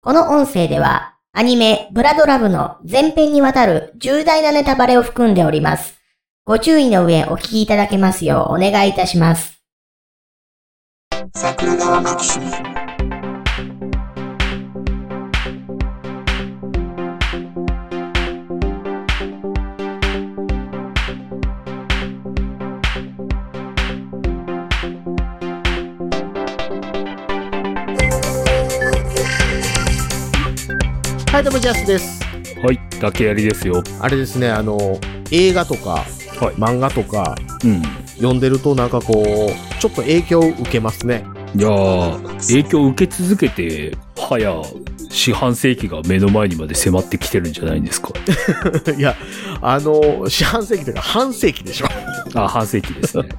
この音声では、アニメ、ブラドラブの前編にわたる重大なネタバレを含んでおります。ご注意の上お聞きいただけますようお願いいたします。桜川マキシムはい、どうも、ジャスです。はい、竹やりですよ。あれですね、あの、映画とか、はい漫画とか、うん。読んでると、なんかこう、ちょっと影響を受けますね。 いやー、影響を受け続けて、はや、四半世紀が目の前にまで迫ってきてるんじゃないんですか。いや、あの、四半世紀というか、半世紀で しょ。あ、半世紀ですね。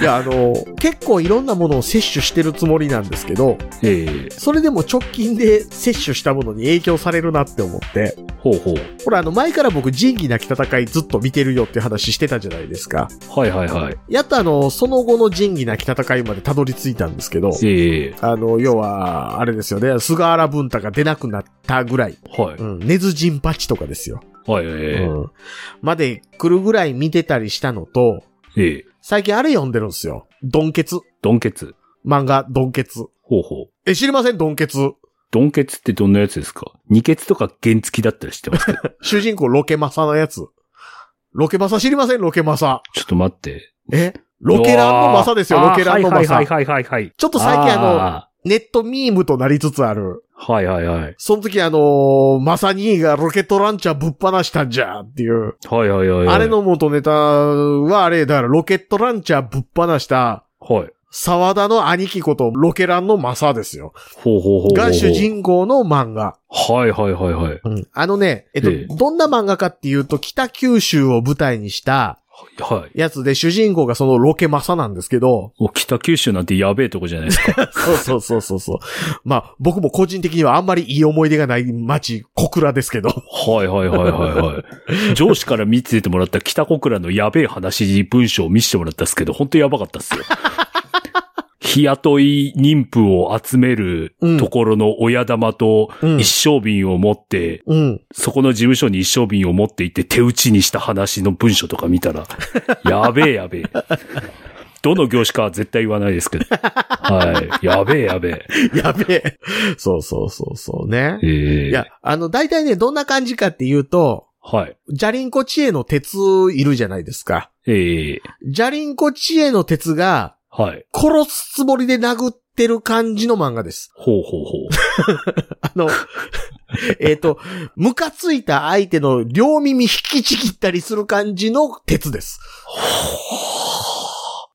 いや、あの、結構いろんなものを摂取してるつもりなんですけど、ええそれでも直近で摂取したものに影響されるなって思って、ほうほう。ほら、あの、前から僕、仁義なき戦いずっと見てるよって話してたじゃないですか。はいはいはい。やっとあの、その後の仁義なき戦いまでたどり着いたんですけど、ええあの、要は、あれですよね、菅原文太が出なくなったぐらい、はうい。ん、根津陣八とかですよ、はい、ええうん。まで来るぐらい見てたりしたのと、ええ最近あれ読んでるんですよ。ドンケツ。ドンケツ。漫画、ドンケツ。ほうほう。え、知りませんドンケツ。ドンケツってどんなやつですか二ケツとか原付きだったりしてますけど。主人公ロケマサのやつ。ロケマサ知りませんロケマサ。 ちょっと待って。えロケランのマサですよ、うわローケランのマサ。はいはいはいはいはい。ちょっと最近ああの、ネットミームとなりつつある。の、はいはいはい。その時あのーマサ兄がロケットランチャーぶっ放したんじゃっていう。はいはいはいはい。あれ。の元ネタはあれ、だからロケットランチャーぶっ放した、はい。沢田の兄貴ことロケランのマサですよ。ほうほうほうほうほう。が主人公の漫画。はいはいはいはい。あのね、えっと、ええどんな漫画かっていうと、北九州を舞台にしたはい。やつで主人公がそのロケマサなんですけど、お北九州なんてやべえとこじゃないですか。そうそうそうそうそう。 まあ、僕も個人的にはあんまりいい思い出がない街、小倉ですけど。 はいはいはいはいはい。 上司から見ててもらった北小倉のやべえ話、文章を見せてもらったっすけど、ほんとやばかったっす よ。日雇い妊婦を集めるところの親玉とうん一升瓶を持って、うん。そこの事務所に一升瓶を持って行って手打ちにした話の文章とか見 たら、やべえやべえ。どの業種かは絶対言わないですけど。はい。やべえやべえ。やべえ。そうそうそうそうね。ええいや、あの、大体ね、どんな感じかっていうと、はい。ジャリンコ知恵の鉄いるじゃないですか。ええジャリンコ知恵の鉄がはい。殺すつもりで殴ってる感じの漫画です。ほうほうほう。あの、 えっと、ムカついた相手の両耳引きちぎったりする感じの鉄です。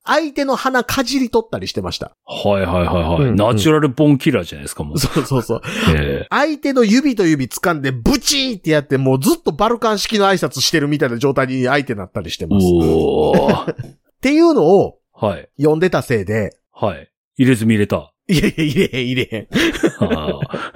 相手の鼻かじり取ったりしてました。はいはいはいはい。うんナチュラルボーンキラーじゃないですか、もう。そうそうそう。え相手の指と指掴んでブチーってやってもうずっとバルカン式の挨拶してるみたいな状態に相手になったりしてえます。っおー。ていうのをはい。読んでたせいで、はい。入れ墨入れた。 いやいや、入れへん、入れへん。あ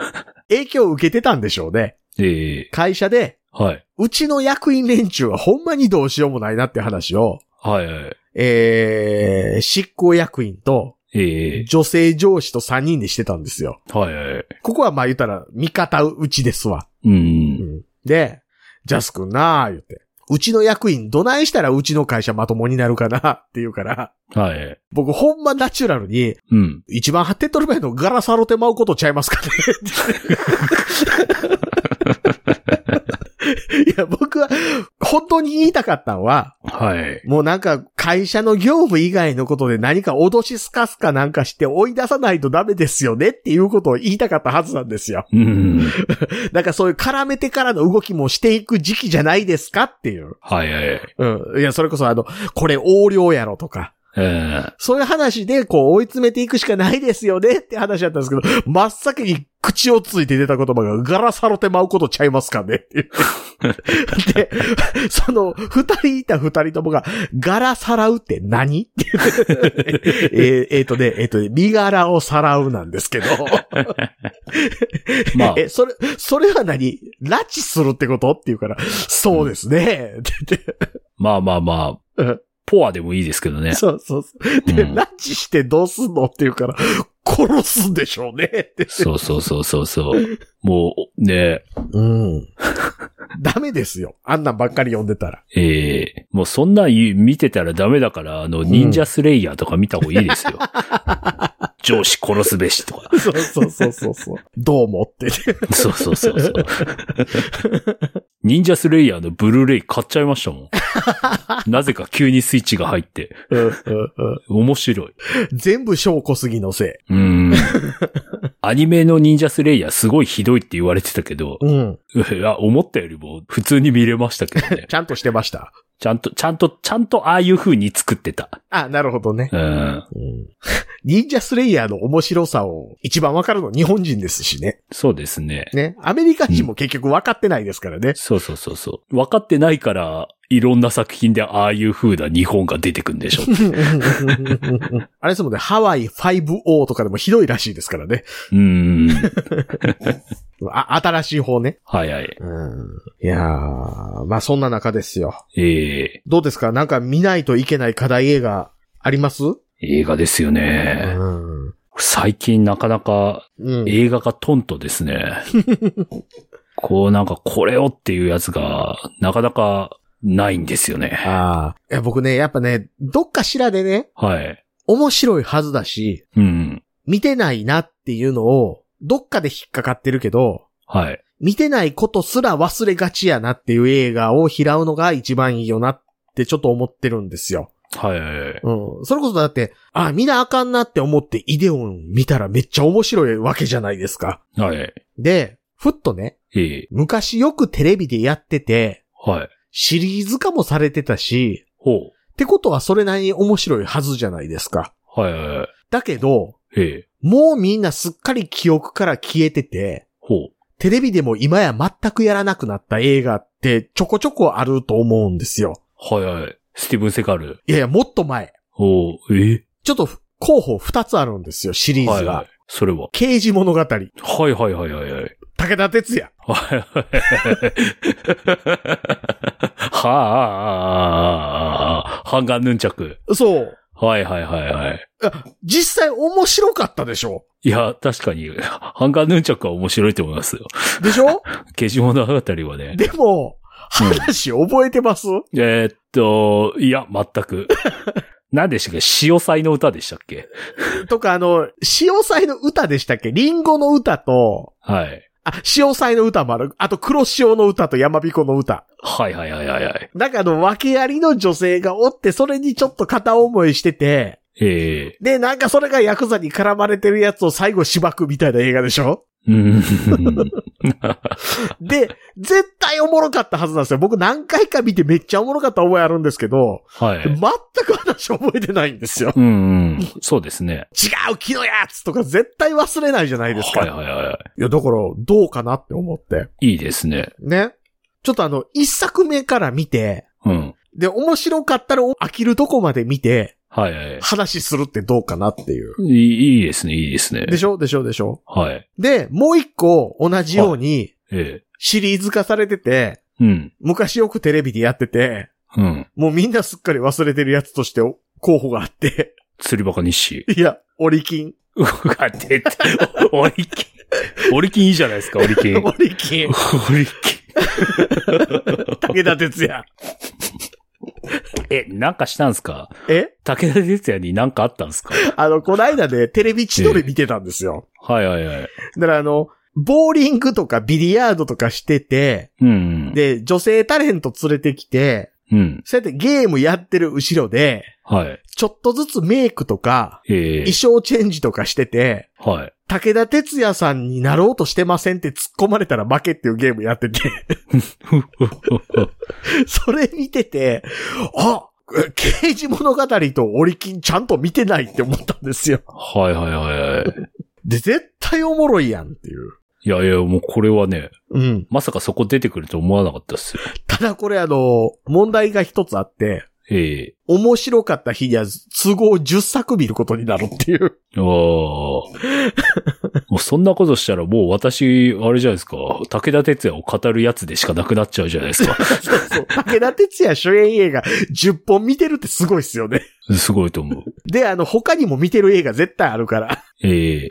ー影響を受けてたんでしょうね。ええ会社で、はい。うちの役員連中はほんまにどうしようもないなって話を、はいはい。えー、執行役員とええ女性上司と3人でしてたんですよ。はいはい。ここはまあ言ったら、味方うちですわ。う。うんんで、ジャス君なあ言って。うちの役員どないしたらうちの会社まともになるかなって言うから、はい。僕ほんまナチュラルに、うん。一番発展取る前のガラサロテまうことちゃいますかねいや、僕は、本当に言いたかったのは、はい。もうなんか、会社の業務以外のことで何か脅しすかすかなんかして追い出さないとダメですよねっていうことを言いたかったはずなんですよ。うん。なんかそういう絡めてからの動きもしていく時期じゃないですかっていう。はいはい。えうん。いや、それこそあの、これ横領やろとか、えそういう話で、こう、追い詰めていくしかないですよねって話だったんですけど、真っ先に口をついて出た言葉が、ガラサロてまうことちゃいますかねって言って。で、その、二人いた二人ともが、ガラさらうって何 って言ってえーえーとね、えっ、とね、身柄をさらうなんですけど、、まあえ、それ、それは何拉致するってことって言うから、そうですね。って言ってまあまあまうあん。ポアでもいいですけどね。そうそうそう。うで、ん拉致してどうすんのって言うから、殺すんでしょうね。ってそうそうそうそうそう。もう、ね、うん。 ダメですよ。あんなんばっかり読んでたら。ええもうそんなん言う見てたらダメだから、あの、忍者スレイヤーとか見た方がいいですよ。上司殺すべしとか。 そうそうそうそうそう。どうもって。そうそうそう そう。忍者スレイヤーのブルーレイ買っちゃいましたもん。なぜか急にスイッチが入って。 うんうんうん面白い。全部証拠すぎのせうーん。アニメの忍者スレイヤーすごいひどいって言われてたけど い。、うん。。いや、思ったよりも普通に見れましたけどねちゃんとしてました。ちゃんと、ちゃんと、ちゃんとああいう風に作ってた。あ、なるほどね。うん。うん 忍者スレイヤーの面白さを一番わかるの日本人ですしね。そうですね。ね。アメリカ人も結局わかってないですからね。そうそうそうそう。分かってないから、いろんな作品でああいう風な日本が出てくんでしょ。 あれですもんね、ハワイ 5O とかでもひどいらしいですからね。うーん。あ、新しい方ね。はいはい。うん。いやー、まあそんな中ですよ。ええどうですかなんか見ないといけない課題映画ありますう映画ですよね。ん。最近なかなかうん。映画がトントですね。こうなんかこれをっていうやつがなかなかないんですよね。ああ。いや、僕ね、やっぱね、どっかしらでね、はい。面白いはずだし、うん。見てないなっていうのを、どっかで引っかかってるけど、はい。見てないことすら忘れがちやなっていう映画を拾うのが一番いいよなってちょっと思ってるんですよ。はいはいはい。うん。それこそだって、あ、見なあかんなって思ってイデオン見たらめっちゃ面白いわけじゃないですか。はい。で、ふっとね、ええ昔よくテレビでやってて、はい。シリーズ化もされてたし、ほってことはそれなりに面白いはずじゃないですか。う。はいはいはい。だけど、ええもうみんなすっかり記憶から消えてて、ほう。テレビでも今や全くやらなくなった映画ってちょこちょこあると思うんですよ。はいはい。スティーブン・セカール。いやいや、もっと前。おうえちょっと候補2つあるんですよ、シリーはズいが。はい。それは。刑事物語。武はいはいはいはいはい。田鉄也。はいはあ、ハンガンヌンチャク。そう。はいはいはいはい。実際面白かったでしょいや、確かに、ハンガンヌンチャクは面白いと思いますよ。でし ょケジ物語はね。でも、話覚えてます、えーっと、いや、全く。何でしたっけ潮祭の歌でしたっけとか、あの、潮祭の歌でしたっけリンゴの歌と、はい。あ、潮祭の歌もある。あと、黒潮の歌と山彦の歌。はいはいはいはいはい。なんかあの、訳ありの女性がおって、それにちょっと片思いしてて、ええで、なんかそれがヤクザに絡まれてるやつを最後しばくみたいな映画でしょうん。で、絶対おもろかったはずなんですよ。僕何回か見てめっちゃおもろかった覚えあるんですけど、はい 全。く話覚えてないんですよ。うんうん。そうですね。違う木のやつとか絶対忘れないじゃないですか。はいはいはいや、だからどうかなって思って。い。いいですね。ね。ちょっとあの、一作目から見て、うん。で、面白かったら飽きるとこまで見て、はいはい。話するってどうかなっていう。いいいいですね、いいですね。でしょでしょでしょはい。で、もう一個同じようにえシリーズ化されてて、え。うん。昔よくテレビでやってて、うん。もうみんなすっかり忘れてるやつとしてお候補があって、 釣りバカ日誌。いや、オリキン。うわ、出て、オリキン。オリキンいいじゃないですか、オリキン。オオリキン。リキ武田鉄矢。ン。え、なんかしたんすかえ武田鉄矢になんかあったんすかあの、こないだね、テレビ千鳥見てたんですよ。はいはいはい。だからあの、ボーリングとかビリヤードとかしてて、うん。で、女性タレント連れてきて、うん。そうやってゲームやってる後ろで、はい。ちょっとずつメイクとか、ええ衣装チェンジとかしてて、はい。武田鉄矢さんになろうとしてませんって突っ込まれたら負けっていうゲームや ってて、それ見てて、あえ刑事物語とオリキンちゃんと見てないって思ったんですよ。はいはいはいはい。で、絶対おもろいやんっていう。いやいや、もうこれはね、うん。まさかそこ出てくると思わなかったっすよ。ただこれあの、問題が一つあって、ええ面白かった日には都合10作見ることになるっていう。ああ。もうそんなことしたらもう私、あれじゃないですか、武田鉄矢を語るやつでしかなくなっちゃうじゃないですか。そうそう。武田鉄矢主演映画10本見てるってすごいっすよね。すごいと思う。で、あの、他にも見てる映画絶対あるから、ええ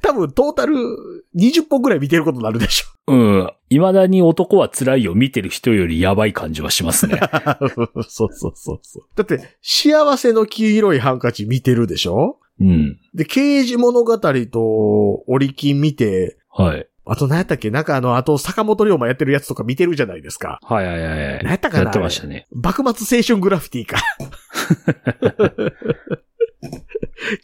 多分トータル20本ぐらい見てることになるでしょ。うん。未だに男は辛いを見てる人よりやばい感じはしますね。 そうそうそうそう。だって、幸せの黄色いハンカチ見てるでしょうん。で、刑事物語と、折り金見て、はい。あと何やったっけなんかあの、あと坂本龍馬やってるやつとか見てるじゃないですか。はいはいはいはい。何やったかなやってましたね。幕末青春グラフィティか。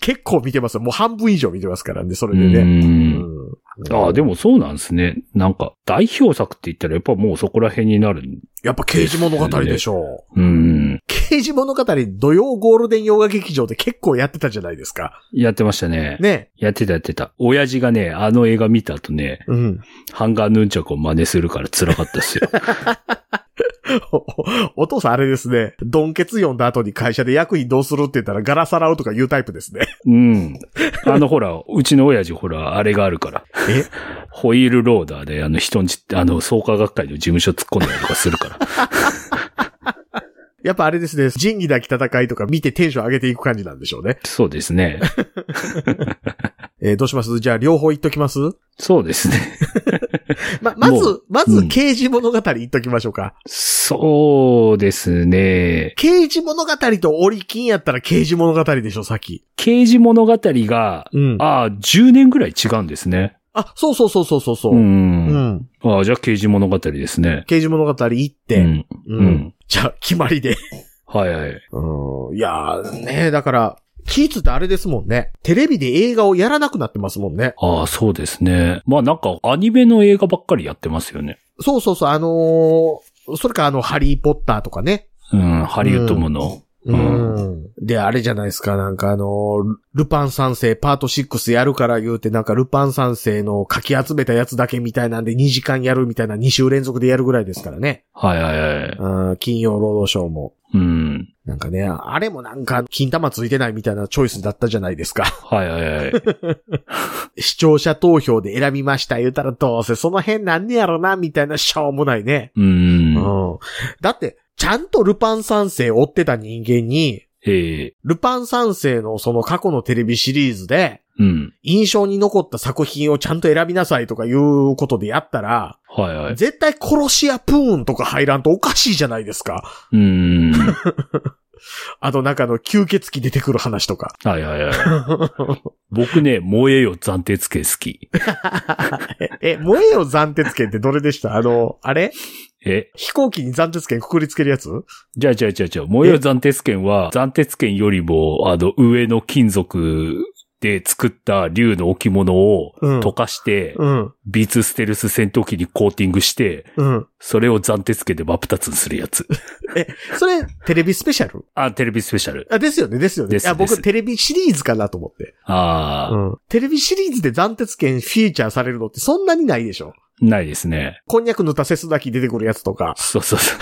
結構見てますよ。もう半分以上見てますからね、それう。でね。うんんああ、でもそうなんですね。なんか、代表作って言ったらやっぱもうそこら辺になる。やっぱ刑事物語でしょう。うん。刑事物語土曜ゴールデン洋画劇場で結構やってたじゃないですか。やってましたね。ね。やってたやってた。親父がね、あの映画見た後ね、うん。 ハンガーヌンチャクを真似するから辛かったっすよ。 おお父さんあれですね。ドンケツ読んだ後に会社で役員どうするって言ったらガラさらうとか言うタイプですね。 うん。あのほら、うちの親父ほら、あれがあるから。えホイールローダーで、あの人んち、あの、創価学会の事務所突っ込んだりとかするから。やっぱあれですね。仁義なき戦いとか見てテンション上げていく感じなんでしょうね。そうですね。えーどうしますじゃあ両方言っときますそうですね。ま、まもずう、まうずん刑事物語言っときましょうか。そうですね。刑事物語と折り金やったら刑事物語でしょ、さっき。刑事物語が、うん。あ、ああ、10年ぐらい違うんですね。。そうそうそうそうそうそうう。うんん。ああ、じゃあ刑事物語ですね。刑事物語行っうて。ん。うう。ん。じゃあ、決まりで。はいはい。 うん。いやー、ねだから、キーツってあれですもんね。テレビで映画をやらなくなってますもんね。ああ、そうですね。まあなんか、アニメの映画ばっかりやってますよね。そうそうそう、あのー、それかあの、ハリーポッターとかね。うん、ハリウッドもの。うん。で、あれじゃないですか、なんかあのー、ルパン三世パート6やるから言うて、なんかルパン三世のかき集めたやつだけみたいなんで2時間やるみたいな2週連続でやるぐらいですからね。はいはいはい。うん、金曜ロードショーも。うん。なんかね、あれもなんか、金玉ついてないみたいなチョイスだったじゃないですか。 はいはいはい。視聴者投票で選びました言うたらどうせその辺なんねやろな、みたいなしょうもないね。うん。うん。だって、ちゃんとルパン三世追ってた人間に、ええルパン三世のその過去のテレビシリーズで、うん。印象に残った作品をちゃんと選びなさいとかいうことでやったら、はいはい。絶対殺し屋プーンとか入らんとおかしいじゃないですか。うん。あとなんかあの吸血鬼出てくる話と か。はいはいはい。僕ね、燃えよ暫定付け好き。え、燃えよ斬鉄剣ってどれでしたあの、あれえ飛行機に斬鉄剣くくりつけるやつじゃあじゃあじゃあじゃあ、燃えよ暫定付けは、暫定付けよりも、あの、上の金属で作った竜の置物をうん溶かして、うん。ビーツステルス戦闘機にコーティングして、うん。それを暫定付けで真二つにするやつ。それ、テレビスペシャルあ、テレビスペシャル。あ、ですよね、ですよね。ですいや、で僕すテレビシリーズかなと思って。ああ、うん。テレビシリーズで斬鉄剣フィーチャーされるのってそんなにないでしょないですね。こんにゃく塗ったセスだき出てくるやつとか。そうそう そ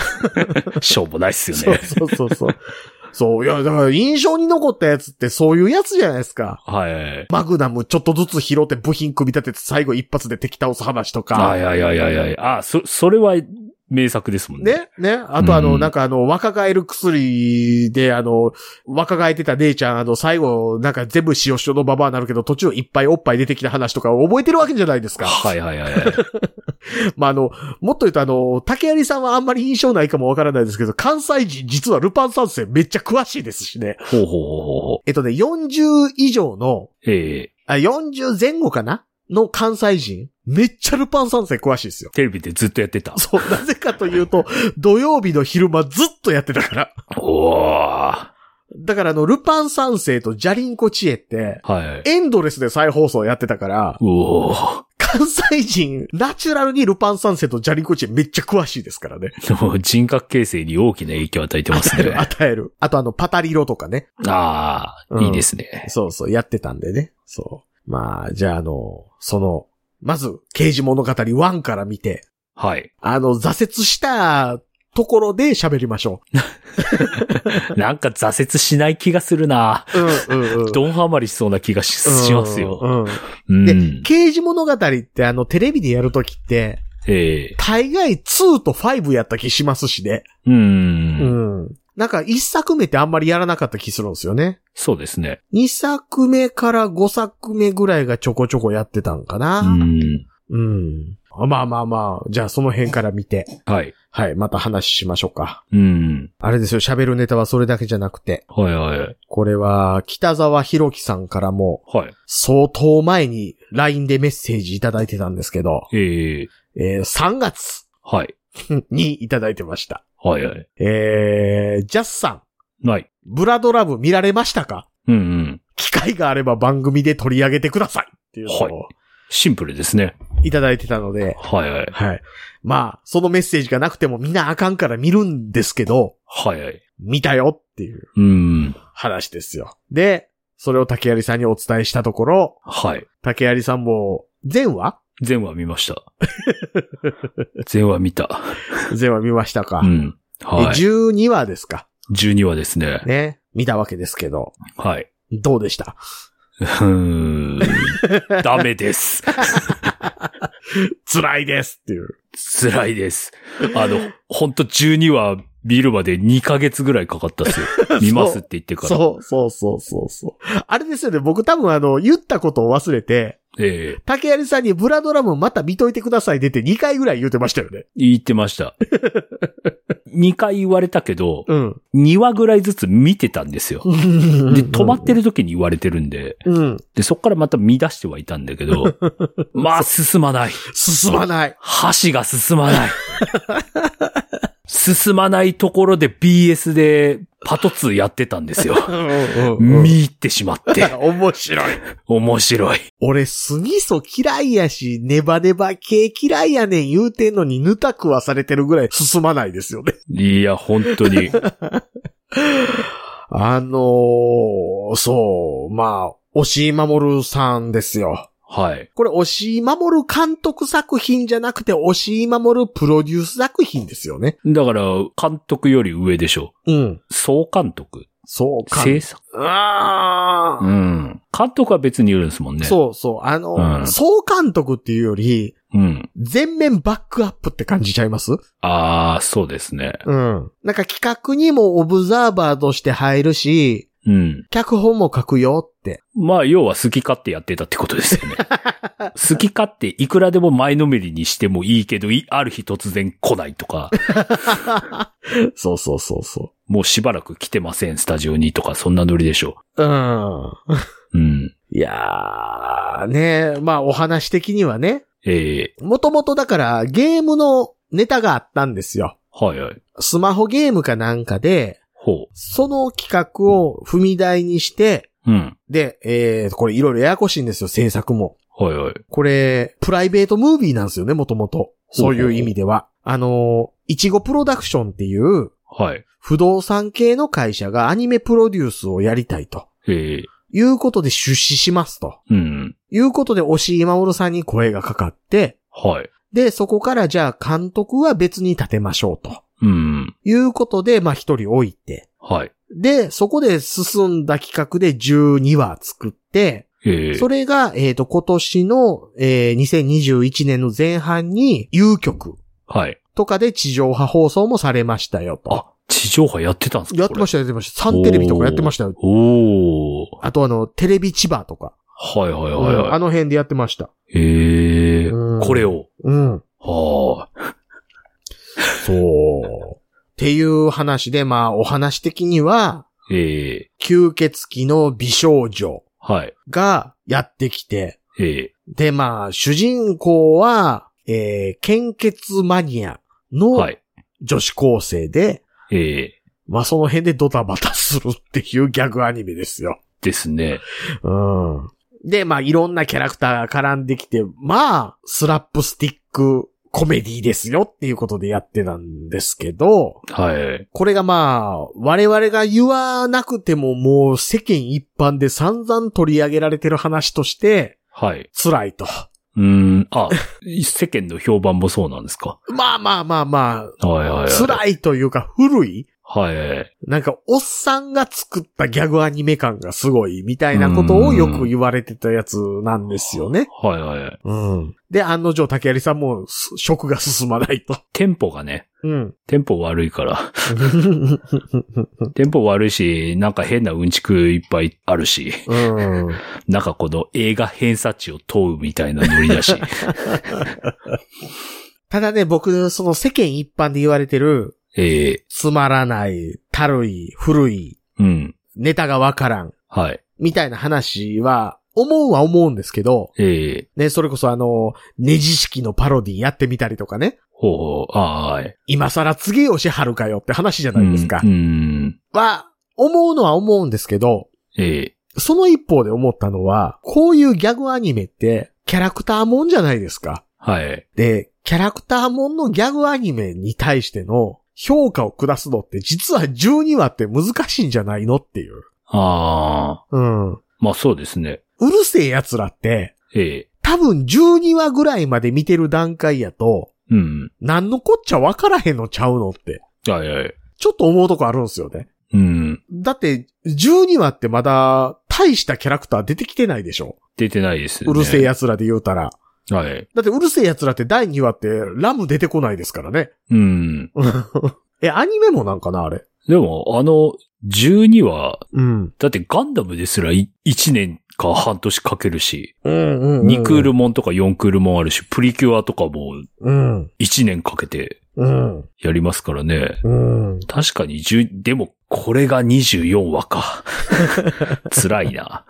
う。しょうもないっすよそうね。そうそう そう。そう、いや、だから印象に残ったやつってそういうやつじゃないですか。はいはい。マグナムちょっとずつ拾って部品組み立てて最後一発で敵倒す話とあか。いやいやいやいやいや。あ、そ、それは名作ですもんね。ねねあとあの、うんなんかあの、若返る薬で、あの、若返ってた姉ちゃん、あの、最後、なんか全部塩塩のババアになるけど、途中いっぱいおっぱい出てきた話とか覚えてるわけじゃないですか。はいはい はいはい。まあ、あの、もっと言うとあの、竹谷さんはあんまり印象ないかもわからないですけど、関西人実はルパン三世めっちゃ詳しいですしね。ほうほうほうほうほえっとね、40以上の、う。ええあ、40前後かなの関西人、めっちゃルパン三世詳しいですよ。テレビでずっとやってた。そう、なぜかというと、土曜日の昼間ずっとやってたから。おーだからあの、ルパン三世とジャリンコ知恵って、はい。エンドレスで再放送やってたから、おー関西人、ナチュラルにルパン三世とジャリンコ知恵めっちゃ詳しいですからね。でも人格形成に大きな影響を与えてます ね。与える。あとあの、パタリロとかね。あうあ、んいいですね。そうそう、やってたんでね。そう。まあ、じゃああの、その、まず、刑事物語1から見て、はい。あの、挫折したところで喋りましょなんか挫折しない気がするな。う。うん、うん、うん。ドンハマりしそうな気がししますよ。うん。うん。刑事物語ってあの、テレビでやるときって、ええ大概2と5やった気しますしね。う。うんん。なんか一作目ってあんまりやらなかった気するんですよね。そうですね。二作目から五作目ぐらいがちょこちょこやってたんかうな。ん。うん。まあまあまあ、じゃあその辺から見て、はい。はい、また話しましょうか。うん。あれですよ、喋るネタはそれだけじゃなくて、はいはい。これは北沢博樹さんからもはい。相当前に LINE でメッセージいただいてたんですけど、えええー3月はい。にいただいてました。はいはい。えー、ジャスさん、ない。ブラドラブ見られましたかうんうん。機会があれば番組で取り上げてくださいっていうのをシンプルですね。いただいてたので、はいはい。はい。まあ、そのメッセージがなくてもみんなあかんから見るんですけど、はいはい。見たよっていううん。話ですよ。で、それを竹槍さんにお伝えしたところ、はい。竹槍さんも、前話全話見ました。 全話見た。前話見ましたか。うん。はでい。 12話ですか。 12話ですね。ね。見たわけですけど、はい。どうでしたうーん。ダメです。 辛いですっていう。辛いです。あの、ほんと12話見るまで2ヶ月ぐらいかかったっ すよ。見ますって言ってから。そう、そうそうそうそう。あれですよね、僕多分あの、言ったことを忘れて、ええ竹槍さんにブラドラムまた見といてください出て2回ぐらい言うてましたよね。言ってました。2回言われたけど、うん。 2話ぐらいずつ見てたんですよ。で、で止まってる時に言われてるんで、うん。で、そっからまた見出してはいたんだけ ど、まあ進まない。進まない。箸が進まない。進まないところで BS でパト2やってたんですよ。見入ってしまって、面白い。面白い。俺、スミソ嫌いやし、ネバネバ系嫌いやねん言うてんのに、ぬたくはされてるぐらい進まないですよね。 いや、本当に。あのー、そう、まあ、押井守さんですよ。はい。これ、押井守監督作品じゃなくて、押井守プロデュース作品ですよね。だから、監督より上でしょ。うん。総監督。そうか。制作。あーうん。監督は別にいるんですもんね。う。そうそう。あの、うん総監督っていうより、うん。全面バックアップって感じちゃいますああ、そうですね。うん。なんか企画にもオブザーバーとして入るし、うん。脚本も書くよって。まあ、要は好き勝手やってたってことですよ ね。好き勝手いくらでも前のめりにしてもいいけど、いある日突然来ないとか、そうそうそうそもうしばらく来てません、スタジオにとか、そんなノリでしょう。うん。う。うん。いやー、ねまあお話的にはね、ええもともとだからゲームのネタがあったんですよ。はいはい。スマホゲームかなんかで、ほその企画を踏み台にして、う。うん。で、えー、これいろいろややこしいんですよ、制作も。はいはい。これ、プライベートムービーなんですよね、もともと。そういう意味では。あの、いちごプロダクションっていう、はい。不動産系の会社がアニメプロデュースをやりたいと。ええいうことで出資しますと。うん。いうことで、押井守さんに声がかかって、はい。で、そこからじゃあ監督は別に立てましょうと。うん。いうことで、まあ一人置いて。はい。で、そこで進んだ企画で12話作って、ええそれが、えっ、と、今年の、えー2021年の前半に、有局はい。とかで地上波放送もされましたよと。あ、地上波やってたんですかやってましした、やってました。サンテレビとかやってましたよ。た。おお。あとあの、テレビ千葉とか。はいはいはいうんあはい。の辺でやってました。ええうんこれを。うん。はあ。そう。っていう話で、まあ、お話的には、ええ吸血鬼の美少女はい。がやってきて、ええで、まあ、主人公は、えー献血マニアはのい。女子高生で、ええまあ、その辺でドタバタするっていうギャグアニメですよ。ですね。うん。で、まあ、いろんなキャラクターが絡んできて、まあ、スラップスティックコメディですよっていうことでやってたんですけど、はい。これがまあ、我々が言わなくてももう世間一般で散々取り上げられてる話としてはい。辛いと。ううーん、あ、 世間の評判もそうなんですか。まあまあまあまはいはいあ、はい。辛いというか古いはい。なんか、おっさんが作ったギャグアニメ感がすごい、みたいなことをよく言われてたやつなんですよね。はいはい。うん。で、案の定、竹有さんも、す食が進まないと。テンポがね、うん。テンポ悪いから。 テンポ悪いし、なんか変なうんちくいっぱいあるし、 うん。なんかこの映画偏差値を問うみたいなノリ だし。ただね、僕、その世間一般で言われてる、ええつまらない、たるい、古い、うん。ネタがわからん、はい。みたいな話は、思うは思うんですけど、ええね、それこそあの、ネジ式のパロディやってみたりとかね、ほうほう、ああー、はい。今更次をしはるかよって話じゃないですかう。ん。うんは、思うのは思うんですけど、ええその一方で思ったのは、こういうギャグアニメって、キャラクターもんじゃないですか。はい。で、キャラクターもんのギャグアニメに対しての評価を下すのって、実は12話って難しいんじゃないのっていう。ああ、うん。うまあそうですね。るせえ奴らって、ええ多分12話ぐらいまで見てる段階やと、うん。なんのこっちゃわからへんのちゃうのって、はいはい。ちょっと思うとこあるんですよね。うん。だって、12話ってまだ、大したキャラクター出てきてないでしょ。出てないですね。うるせえ奴らで言うたら。はい。だってうるせえ奴らって第2話ってラム出てこないですからね。 うん。え、アニメもなんかなあれ。でも、あの、12は、うん。だってガンダムですら1年か半年かけるし、うんうん、 2クー。ルもんとか4クールもんあるし、プリキュアとかもうん。 1年かけてうん。やりますからね。うん。確かに10、でも、これが24 話か。辛いな。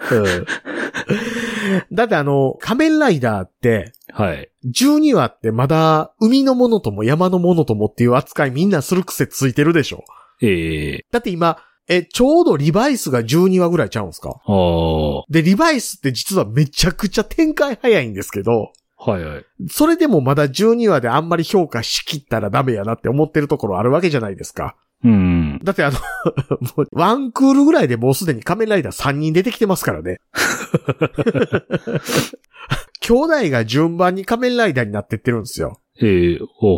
だってあの、仮面ライダーって、はい。 12話ってまだ海のものとも山のものともっていう扱いみんなする癖ついてるでしょ。ええだって今、え、ちょうどリバイスが12話ぐらいちゃうんすかああ、はで、リバイスって実はめちゃくちゃ展開早いんですけど、いはい。それでもまだ12話であんまり評価しきったらダメやなって思ってるところあるわけじゃないですか。うん。だってあの、 もう、ワンクールぐらいでもうすでに仮面ライダー3人出てきてますからね。 兄弟が順番に仮面ライダーになってってるんですよ。ええほうほうほ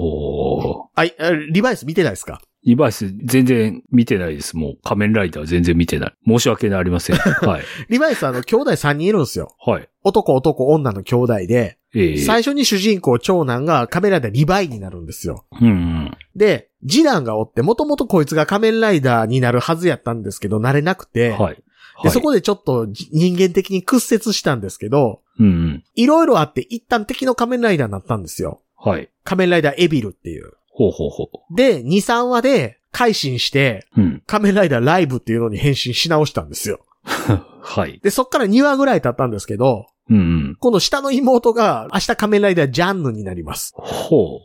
うほう。あい、あリバイス見てないですかリバイス全然見てないです。もう仮面ライダー全然見てない。申し訳ありま せん。はい。リバイスあの、兄弟3人いるんですよ。はい。男、男、女の兄弟で、ええ最初に主人公、長男が仮面ライダーリバイになるんですよ。うん。で、次男がおって、もともとこいつが仮面ライダーになるはずやったんですけど、慣れなくて、はい。で、そこでちょっとじ人間的に屈折したんですけど、うん。いろいろあって一旦敵の仮面ライダーになったんですよ。はい。仮面ライダーエビルっていう。ほうほうほで、2、3話で改心して、う。うん。仮面ライダーライブっていうのに変身し直したんですよ。はい。で、そっから2話ぐらい経ったんですけど、うんうん。今度下の妹が明日仮面ライダージャンヌになります。ほ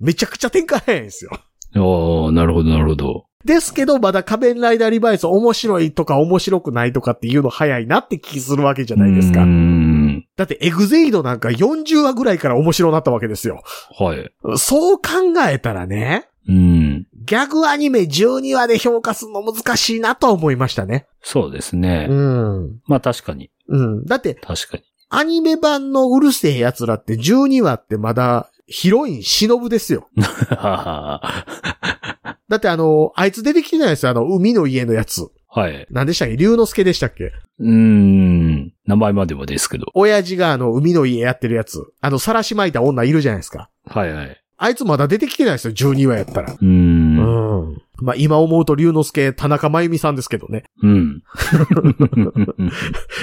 めちゃくちゃ展開早いんですよ。う。ああ、なるほど、なるほど。ですけど、まだ仮面ライダーリバイス面白いとか面白くないとかっていうの早いなって気するわけじゃないですうーか。ん。だってエグゼイドなんか40話ぐらいから面白なったわけですよ。はい。そう考えたらね、うん。ギャグアニメ12話で評価するの難しいなとは思いましたね。そうですね。ん。まあ確かに。うん。だって、確かに。 アニメ版のうるせえ奴らって12話ってまだヒロイン忍ぶですよ。はははだってあの、あいつ出てきてないですよ。あの、海の家のやつ。ははい。何でしたっけ龍之介でしたっけうーん。名前まではですけど。親父があの、海の家やってるやつ。あの、さらしまいた女いるじゃないですか。はいはい。あいつまだ出てきてないですよ。12話やったら。うーん。うん。まあ、今思うと龍之介、田中真由美さんですけどね。うん。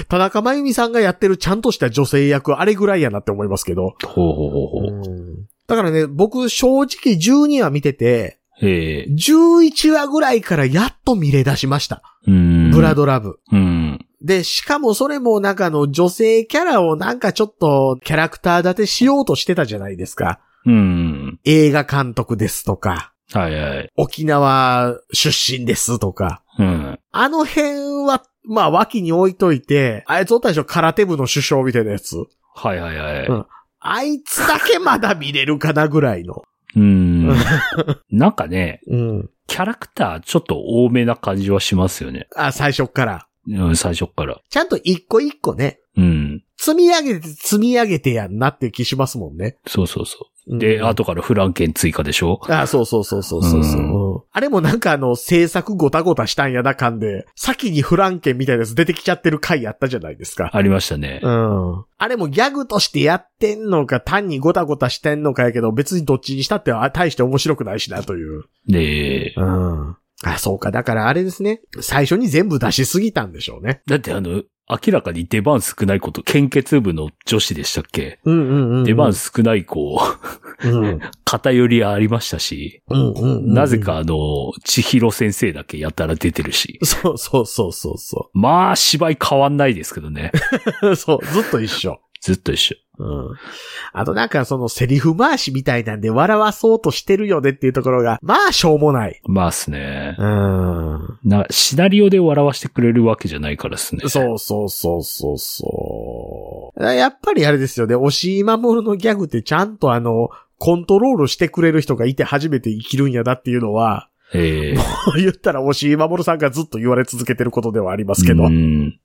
田中真由美さんがやってるちゃんとした女性役、あれぐらいやなって思いますけど。ほうほうほうほう。だからね、僕、正直12話見てて、ええ11話ぐらいからやっと見れ出しました。うん。ブラドラブ。うん。で、しかもそれもなんかあの女性キャラをなんかちょっとキャラクター立てしようとしてたじゃないですか。うん。映画監督ですとか、はいはい。沖縄出身ですとか。うん。あの辺は、まあ脇に置いといて、あいつおったでしょ空手部の首相みたいなやつ。はいはいはい。あいつだけまだ見れるかなぐらいの。うーん。 なんかね、うん。キャラクターちょっと多めな感じはしますよね。あ、最初っから。うん、最初から。ちゃんと一個一個ね、うん。積み上げて積み上げてやんなっていう気しますもんね。そうそうそうう。んで、後からフランケン追加でしょあそうそうそうそうそうそう、うんうんあれもなんかあの、制作ごたごたしたんやな感で、先にフランケンみたいなやつ出てきちゃってる回やったじゃないですか。ありましたねう。ん。あれもギャグとしてやってんのか、単にごたごたしてんのかやけど、別にどっちにしたってあ大して面白くないしなという。で、うん。あ、そうか。だからあれですね。最初に全部出しすぎたんでしょうね。だってあの、明らかに出番少ないこと、献血部の女子でしたっけうんうんうん、出番少ない子、うん。うん 偏りありましたし、うんうん。なぜ。かあの、千尋先生だけやたら出てるし。そうそうそうそうそまあ、芝居変わんないですけ どね。う。そう、ずっと一緒。ずっと一緒。うん。あとなんかそのセリフ回しみたいなんで笑わそうとしてるよねっていうところが、まあしょうもない。まあっすね。うん。な、シナリオで笑わせてくれるわけじゃないからっすね。そうそうそうそうそう。やっぱりあれですよね、押井守のギャグってちゃんとあの、コントロールしてくれる人がいて初めて生きるんやなっていうのは、 ええ言ったら押井守さんがずっと言われ続けてることではありますけど。うん。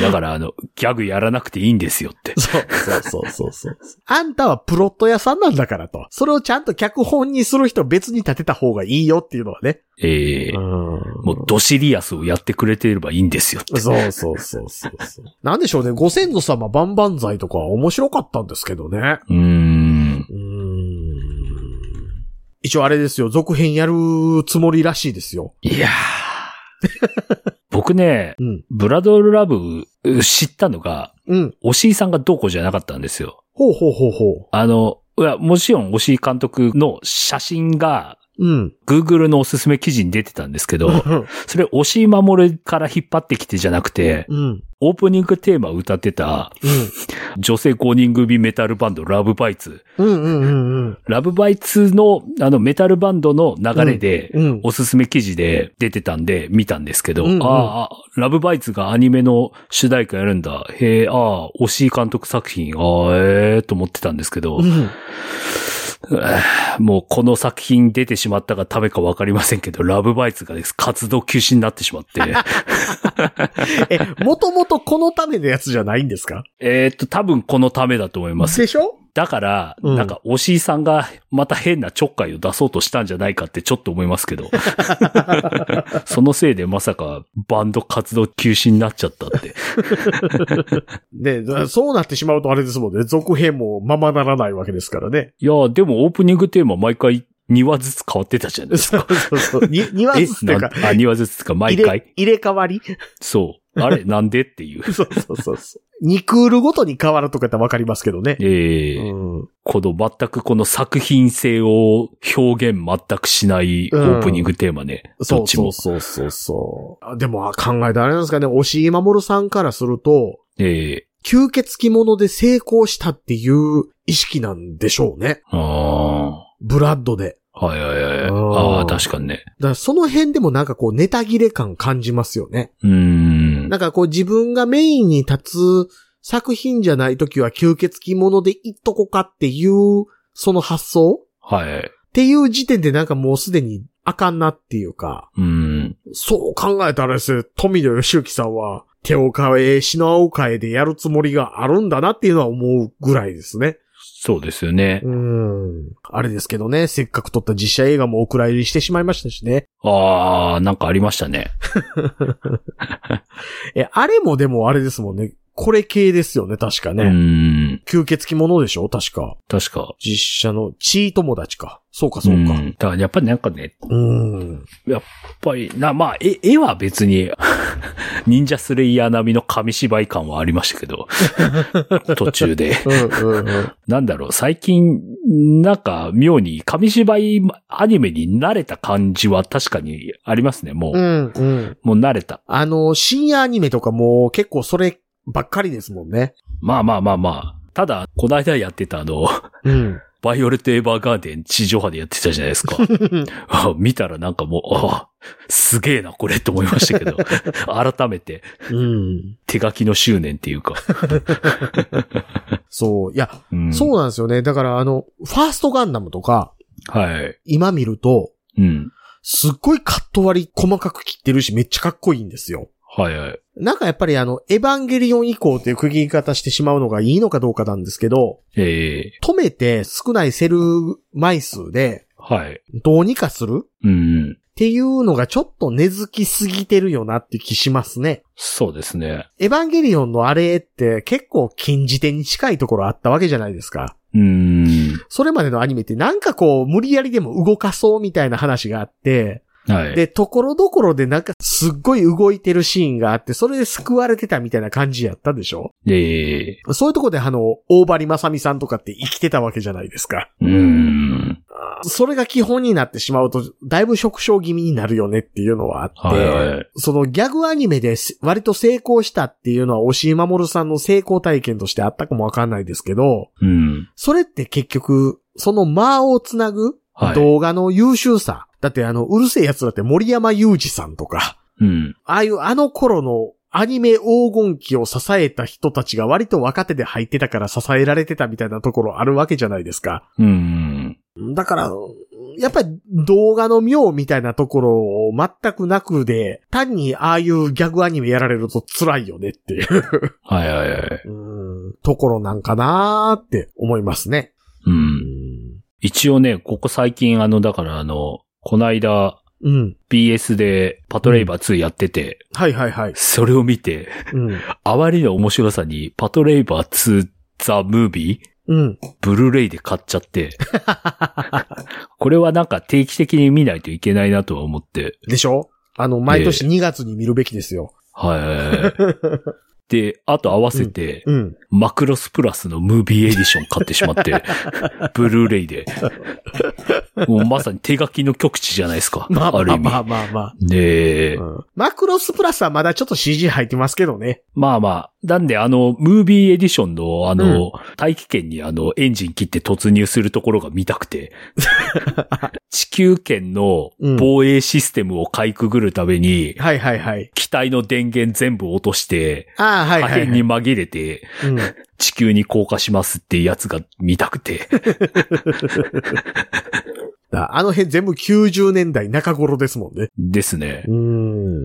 だからあの、ギャグやらなくていいんですよって。そう、そうそうそうそう。あんたはプロット屋さんなんだからと。それをちゃんと脚本にする人別に立てた方がいいよっていうのはね。ええもうドシリアスをやってくれてればいいんですよって。そうそうそうそうそう。なんでしょうね、ご先祖様万々歳とか面白かったんですけどね。うーん。うーん。一応あれですよ、続編やるつもりらしいですよ。いやー。 僕ね、うん。ブラドルラブう知ったのが、うん。押井さんがどうこうじゃなかったんですよ。ほうほうほうほあの、いや、もちろん押井監督の写真が、う。 うん。 Google のおすすめ記事に出てたんですけど、うそれ押井守から引っ張ってきてじゃなくて、ん。うん。オープニングテーマを歌ってた女性5人組メタルバンドラブバイツ。うんうんうんうん。ラブバイツのあのメタルバンドの流れで、うん。おすすめ記事で出てたんで見たんですけど、うんうんああ、ラブバイツがアニメの主題歌やるんだ。へえ、ああ、惜しい監督作品、ああ、ええと思ってたんですけど、うん。もうこの作品出てしまったがためかわかりませんけど、ラブバイツがです活動休止になってしまって、 え、もともとこのためのやつじゃないんですかえーっと、多分このためだと思います。でしょだから、うんなんか、おしいさんがまた変なちょっかいを出そうとしたんじゃないかってちょっと思いま すけど。そのせいでまさかバンド活動休止になっちゃったって。ね、だそうなってしまうとあれですもんね。続編もままならないわけですからね。いやーでもオープニングテーマ毎回2話ずつ変わってたじゃないです そうそうそう。に、2か。話ずつっていうかえ、なんあ、2話ずつか、毎入れ回。入れ替わりそう。あれ、なんでっていう。 そうそうそうそう。2クールごとに変わるとかってわかりますけどね。ええうんこの全くこの作品性を表現全くしないオープニングテーマね。どそっうちそもう。そうそうそうあ。でもあ考えたらあれなんですかね、押井守さんからすると、ええ吸血鬼者で成功したっていう意識なんでしょうね。あブラッドで。あ。はいはいはい。うんああー、確かにね。だからその辺でもなんかこうネタ切れ感感じますよね。うーん。なんかこう自分がメインに立つ作品じゃない時は吸血鬼者でいっとこかっていう、その発想はい。っていう時点でなんかもうすでにあかんなっていうか、うん。そう。そう考えたらですね、富野義行さんは手を変え、品を変えでやるつもりがあるんだなっていうのは思うぐらいですね。そうですよねう。ん。あれですけどね、せっかく撮った実写映画もお蔵入りしてしまいましたしね。ああ、なんかありましたね。え、あれもでもあれですもんね。これ系ですよね、確かね。うーん。吸血鬼ものでしょ確か。確か。実写のチー友達か。そうか、そうか。んだからやっぱりなんかね、やっうん。ぱり、な、まあ、絵、絵は別に、 忍者スレイヤー並みの紙芝居感はありましたけ ど、途中で。うん、うん、うん。なんだろう、最近、なんか、妙に紙芝居アニメに慣れた感じは確かにありますね、もうう。ん、うん。もう慣れた。あの、深夜アニメとかも結構そればっかりですもんね。まあまあまあまあ。ただ、この間やってたあの、うん。バイオレット・エヴァーガーデン地上波でやってたじゃな いですか。あ見たらなんかもう、あすげえな、これって思いまし たけど。改めて、うん。手書きの執念っていうか。そう。いや、うんそうなんですよね。だからあの、ファーストガンダムとか、はい。今見ると、うん。すっごいカット割り細かく切ってるし、めっちゃかっこいいんですよ。はいはい。なんかやっぱりあの、エヴァンゲリオン以降という区切り方してしまうのがいいのかどうかなんですけど、ええ止めて少ないセル枚数ではい。どうにかするっうん。ていうのがちょっと根付きすぎてるよなって気しますね。そうですね。エヴァンゲリオンのあれって結構禁じ手に近いところあったわけじゃないですか。うん。それまでのアニメってなんかこう無理やりでも動かそうみたいな話があって、はい。で、ところどころでなんかすっごい動いてるシーンがあって、それで救われてたみたいな感じやったでしょええそういうとこであの、大張正美さんとかって生きてたわけじゃないですか。うん。それが基本になってしまうと、だいぶ縮小気味になるよねっていうのはあって、はいはいそのギャグアニメで割と成功したっていうのは、押井守さんの成功体験としてあったかもわかんないですけど、うん。それって結局、その間をつなぐはい。動画の優秀さ、だってあの、うるせえ奴だって森山雄二さんとか、うん。ああいうあの頃のアニメ黄金期を支えた人たちが割と若手で入ってたから支えられてたみたいなところあるわけじゃないですか。うん。だから、やっぱり動画の妙みたいなところを全くなくで、単にああいうギャグアニメやられると辛いよねっていう、はいはいはい。うんところなんかなーって思いますね。う。うんん。一応ね、ここ最近あの、だからあの、こないだうん。 BS でパトレイバー2やってて、はいはいはい。それを見て、うん。あまりの面白さにパトレイバー2ザ・ムービーうん。ブルーレイで買っち ゃって。これはなんか定期的に見ないといけないなとは思って。でしょあの、毎年2月に見るべきですよ。はい。で、あと合わせて、うん。マクロスプラスのムービーエディション買ってしま って、ブルーレイで。もうまさに手書きの極致じゃないですか。まあまあるあ意味ま。あまあまあ。で、うんマクロスプラスはまだちょっと CG 入ってますけどね。まあまあ、なんであの、ムービーエディションのあの、大気圏にあの、エンジン切って突入するところが見たく て、地球圏の防衛システムをかいくぐるために、はいはいはい。機体の電源全部落として、ああ、はい破はい、片はいに。紛れて、うん地球に降下しますっていうやつが見たくて。だあの辺全部90年代中頃ですもんね。ですね。ん。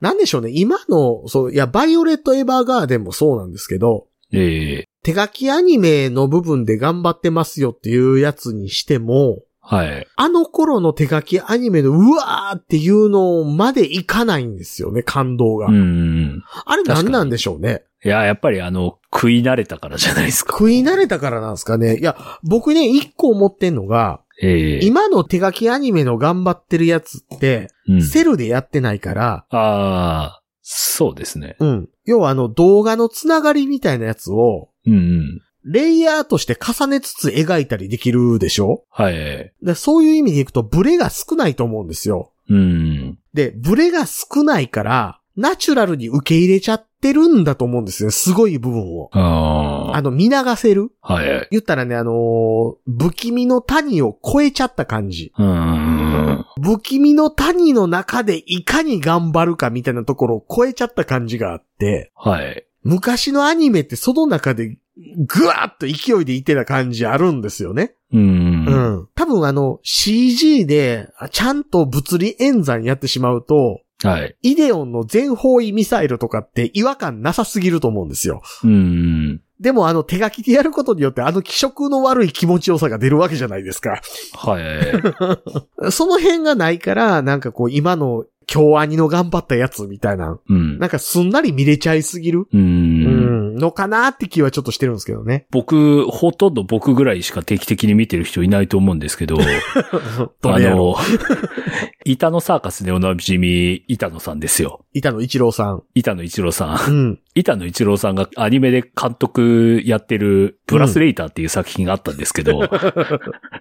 なんでしょうね。今の、そう、いや、バイオレット・エヴァーガーデンもそうなんですけど、ええ手書きアニメの部分で頑張ってますよっていうやつにしても、はい。あの頃の手書きアニメのうわーっていうのまでいかないんですよね、感動が。うん。あれ何なんでしょうね。いや、やっぱりあの、食い慣れたからじゃないですか。食い慣れたからなんですかね。いや、僕ね、一個思ってんのが、ええ今の手書きアニメの頑張ってるやつって、うんセルでやってないから、ああ、そうですね。うん。要はあの動画のつながりみたいなやつを、うんうん。レイヤーとして重ねつつ描いたりできるでしょはい。でそういう意味でいくと、ブレが少ないと思うんですよ。うん。で、ブレが少ないから、ナチュラルに受け入れちゃってるんだと思うんですね。すごい部分を。ああの、見流せるあ。はい。言ったらね、あのー不気味の谷を超えちゃった感じ。うん。不気味の谷の中でいかに頑張るかみたいなところを超えちゃった感じがあって、はい。昔のアニメってその中でぐわっと勢いでいてた感じあるんですよね。う。うんん。多分あの CG でちゃんと物理演算やってしまうと、はい。イデオンの全方位ミサイルとかって違和感なさすぎると思うんですよ。うん。でもあの手書きでやることによってあの気色の悪い気持ちよさが出るわけじゃないですか。 はい。その辺がないから、なんかこう今の京アニの頑張ったやつみたいなうん。なんかすんなり見れちゃいすぎる、う。うんん、のかなって気はちょっとしてるんですけどね。僕、ほとんど僕ぐらいしか定期的に見てる人いないと思うんで すけど、あどれやろの、 板野サーカスでおなじみ、板野さんですよ。板野一郎さん。板野一郎さうん。ん。板野一郎さんがアニメで監督やってる、ブラスレイターっていう作品があったんですけど、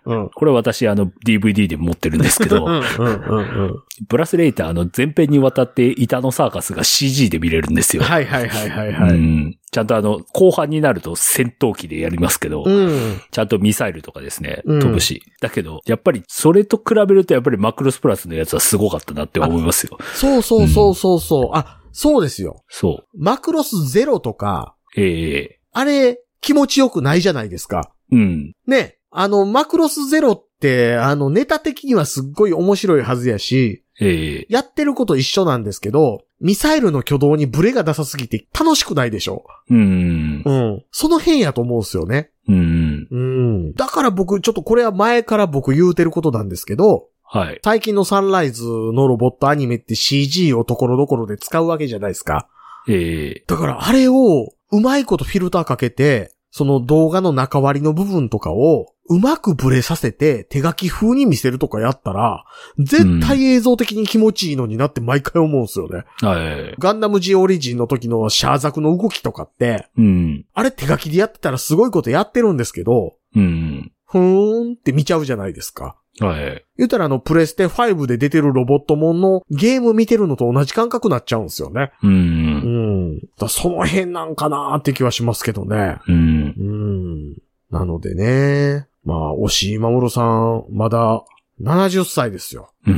うん。これ私あの DVD で持ってるんですけうど、ん。うん。うん。ブラスレイターあの前編にわたって板野サーカスが CG で見れるんですよ。はいはいはいはいはうい。んちゃんとあの、後半になると戦闘機でやりますけど、うん。ちゃんとミサイルとかですね、うん飛ぶし。だけど、やっぱりそれと比べるとやっぱりマクロスプラスのやつはすごかったなって思いますよ。そうそうそうそうそう。あ、そうですよ。そう。マクロスゼロとか、ええあれ、気持ちよくないじゃないですか。うん。ね。あの、マクロスゼロって、あの、ネタ的にはすっごい面白いはずやし、ええやってること一緒なんですけど、ミサイルの挙動にブレが出さすぎて楽しくないでしょうん。うん。その辺やと思うんですよね。うん。うん。だから僕、ちょっとこれは前から僕言うてることなんですけど、はい。最近のサンライズのロボットアニメって CG をところどころで使うわけじゃないですか。えだからあれをうまいことフィルターかけて、その動画の中割りの部分とかをうまくブレさせて手書き風に見せるとかやったら、絶対映像的に気持ちいいのになって毎回思うんですよね。えはい。ガンダム G オリジンの時のシャーザクの動きとかって、うん。あれ手書きでやってたらすごいことやってるんですけど、うん。ふーんって見ちゃうじゃないですか。はい。言ったらあの、プレステ5で出てるロボットもんのゲーム見てるのと同じ感覚になっちゃうんですよね。う。うんん。だからその辺なんかなーって気はしますけどね。うん。うん。なのでね。まあ、押井守さん、まだ70歳ですよ。うんう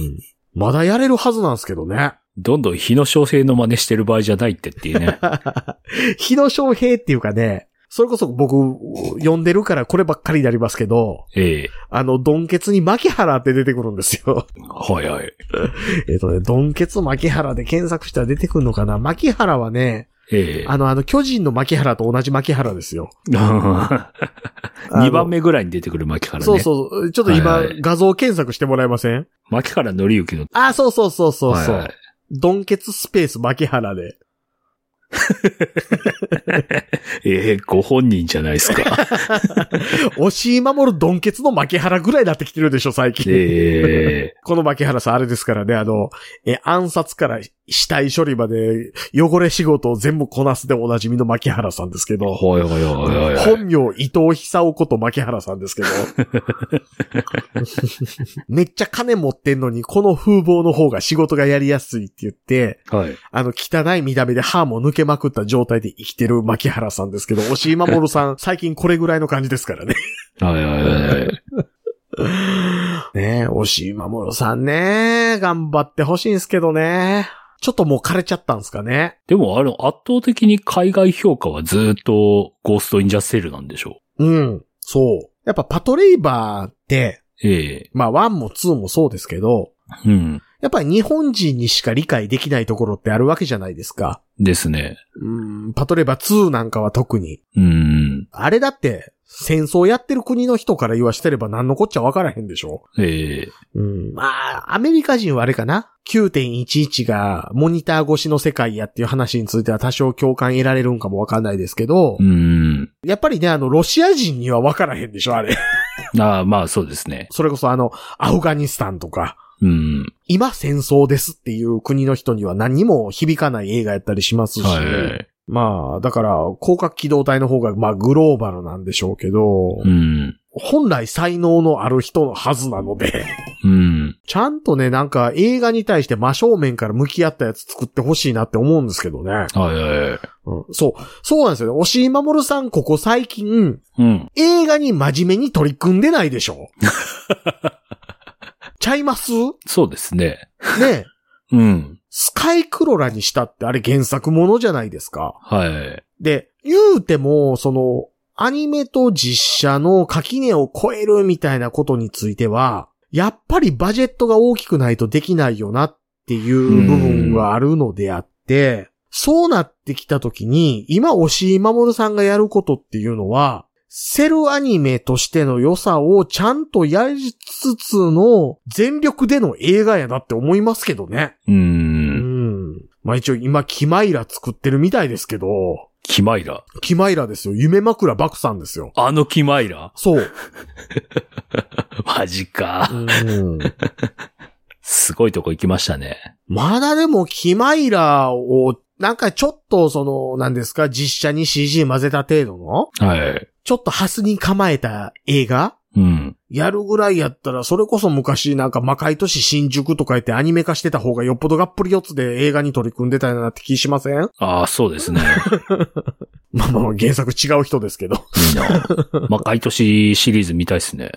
ん。まだやれるはずなんですけどね。どんどん日の小生の真似してる場合じゃないってっていうね。 日野翔平っていうかね、それこそ僕、呼んでるからこればっかりになりますけど、ええあの、ドンケツに牧原って出てくるんですよ。 はいはい。えっとね、ドンケツ牧原で検索したら出てくるのかな牧原はね、ええ あの、あの、巨人の牧原と同じ牧原ですよ。 2番目ぐらいに出てくる牧あ原のね。そうそう。ちょっと今、はいはい画像検索してもらえません牧原のりゆきの。あ、そうそうそうそうそう。はいはい ドンケツスペース牧原で。 ええご本人じゃないで すか。押井守るドンケツの牧原ぐらいになってきてるでしょ、最近。ええこの牧原さん、あれですからね、あの、え、暗殺から死体処理まで、汚れ仕事を全部こなすでおなじみの牧原さんですけど。はいはいはいはいはい。本名伊藤久夫こと牧原さん ですけど。めっちゃ金持ってんのに、この風貌の方が仕事がやりやすいって言って、はい。あの、汚い見た目で歯も抜けまくった状態で生きてる牧原さんですけど、押井守さん、最近これぐらいの感じですからね。 はいはいはいはい。ねえ、押井守さんね、頑張ってほしいんですけどね。ちょっともう枯れちゃったんですかね。でも、あの、圧倒的に海外評価はずーっとゴーストインジャッセルなんでしょうん、そう。やっぱパトレイバーって、う。ええまあ1も2もそうですけど、うん。やっぱり日本人にしか理解できないところってあるわけじゃないですか。ですね。うん、パトレーバー2なんかは特に。うん。あれだって、戦争やってる国の人から言わしてれば何のこっちゃわからへんでしょええうん。まあ、アメリカ人はあれかな ?9.11 がモニター越しの世界やっていう話については多少共感得られるんかもわかんないですけどう、ん。やっぱりね、あの、ロシア人にはわからへんでしょあれ。 ああ、まあそうですね。それこそあの、アフガニスタンとか、うん。今戦争ですっていう国の人には何にも響かない映画やったりしますし、はい。まあ、だから、広角機動隊の方が、まあ、グローバルなんでしょうけど、うん。本来才能のある人のはずなので、 うん。ちゃんとね、なんか映画に対して真正面から向き合ったやつ作ってほしいなって思うんですけどね。はいはいはい。うん、そう、そうなんですよね。押井守さん、ここ最近、うん。映画に真面目に取り組んでないでし ょちゃいますねそうですね。えうん。スカイクロラにしたってあれ原作ものじゃないですか。はい。で、言うても、その、アニメと実写の垣根を超えるみたいなことについては、やっぱりバジェットが大きくないとできないよなっていう部分があるのであって、そうなってきた時に、今、押井守さんがやることっていうのは、セルアニメとしての良さをちゃんとやりつつの全力での映画やなって思いますけどね。う。うんん。まあ一応今、キマイラ作ってるみたいですけど、キマイラ。キマイラですよ。夢枕漠さんですよ。あのキマイラそう。マジか。すごいとこ行きましたね。 まだでも、キマイラを、なんかちょっと、その、なんですか、実写に CG 混ぜた程度の、はい。ちょっとハスに構えた映画うん。やるぐらいやったら、それこそ昔なんか魔界都市新宿とか言ってアニメ化してた方がよっぽどがっぷり四つで映画に取り組んでたなって気しませんああ、そう ですね。まあまあまあ原作違う人ですけど。いいな。まあ、毎年シリーズ見たいっすね。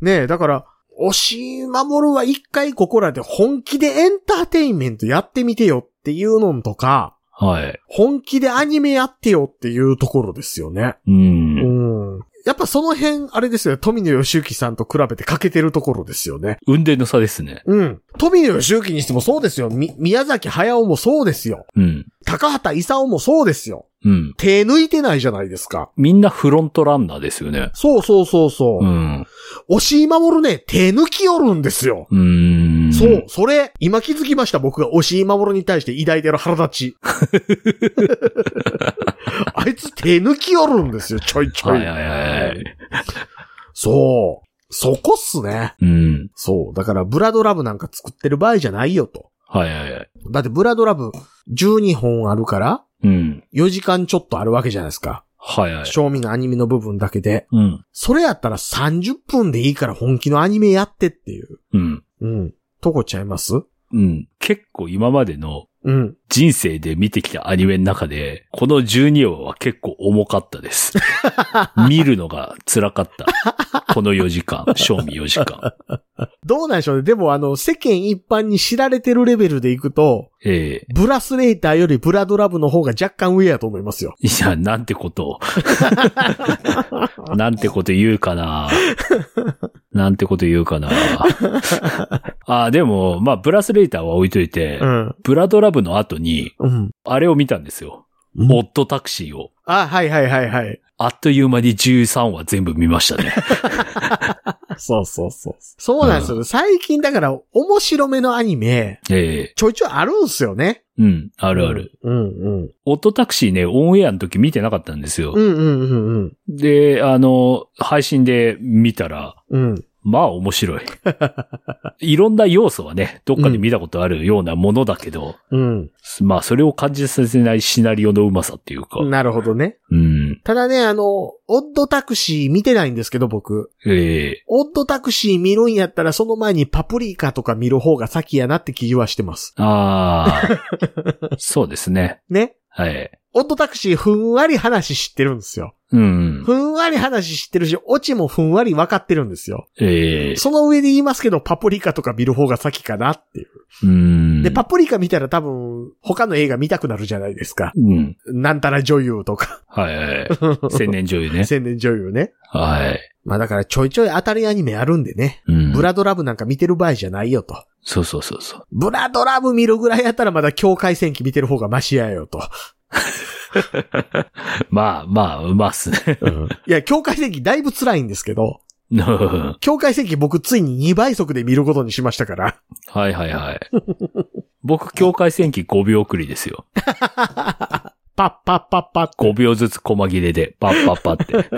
ねえ、だから、押井守は一回ここらで本気でエンターテインメントやってみてよっていうのとか、はい。本気でアニメやってよっていうところですよね。う。うんん。やっぱその辺、あれですよね、富野義行さんと比べて欠けてるところですよね。運転の差ですね。うん。富野義行にしてもそうですよ。み、宮崎駿もそうですよ。うん。高畑勲もそうですよ。うん。手抜いてないじゃないですか。みんなフロントランナーですよね。そうそうそうそうう。ん。押井守ね、手抜きよるんですよ。うーん。そう、それ、今気づきました、僕が押井守に対して抱いてる腹立ち。 あいつ手抜きよるんですよ、ちょいちょい。はいはいはい。そう。そこっすね。うん。そう。だから、ブラドラブなんか作ってる場合じゃないよと。はいはいはい。だって、ブラドラブ12本あるから、うん。 4時間ちょっとあるわけじゃないですか。はいはい。正味のアニメの部分だけで。うん。それやったら30分でいいから本気のアニメやってっていう。うん。うん。とこちゃいますうん。結構今までのうん。人生で見てきたアニメの中で、この12話は結構重かっ たです。見るのが辛かった。この4時間、賞味4時間。どうなんでしょうね。でも、あの、世間一般に知られてるレベルでいくと、ええブラスレイターよりブラドラブの方が若干上やと思いますよ。いや、なん てことを。なんてこと言うかな。なんてこと言うかな。あ、でも、まあ、ブラスレーターは置いといて、うん。ブラドラブの後に、うん。あれを見たんですよ。モッドタクシーを。あ、はいはいはいはい。あっという間に13話全部見ましたね。そうそうそう。そうなんですよ。最近だから、面白めのアニメ、ええちょいちょいあるんすよね。うん、ああるある。。うんうん。オットタクシーね、オンエアの時見てなかったんですよ。うんうんうんうん。で、あの、配信で見たら、うん。まあ 面白い。いろんな要素はね、どっかで見たことあるようなものだけど、うん。まあそれを感じさせないシナリオのうまさっていうか、なるほどね。うん。ただね、あの、オッドタクシー見てないんですけど、僕。ええオッドタクシー見るんやったら、その前にパプリカとか見る方が先やなって気はしてます。ああ、そうですね。ね。はい。オッドタクシーふんわり話知ってるんですよ。うん。ふんわり話知ってるし、オチもふんわり分かってるんですよ。ええその上で言いますけど、パプリカとか見る方が先かなっていう。うん。で、パプリカ見たら多分、他の映画見たくなるじゃないですか。うん。なんたら女優とか。はいはい。 千年女優ね。千年女優ね。はい。まあだからちょいちょい当たりアニメあるんでね。うん。ブラドラブなんか見てる場合じゃないよと。そうそうそうそう。ブラドラブ見るぐらいやったらまだ境界戦記見てる方がマシやよと。まあまあ、うまっすね。 いや、境界戦記だいぶ辛いんですけど、は境界戦記僕ついに2倍速で見ることにしましたから。いはいはい。僕、境界線機5秒繰りですよ。パッパッパッパッ。 5秒ずつ細切れで、パッパッパって。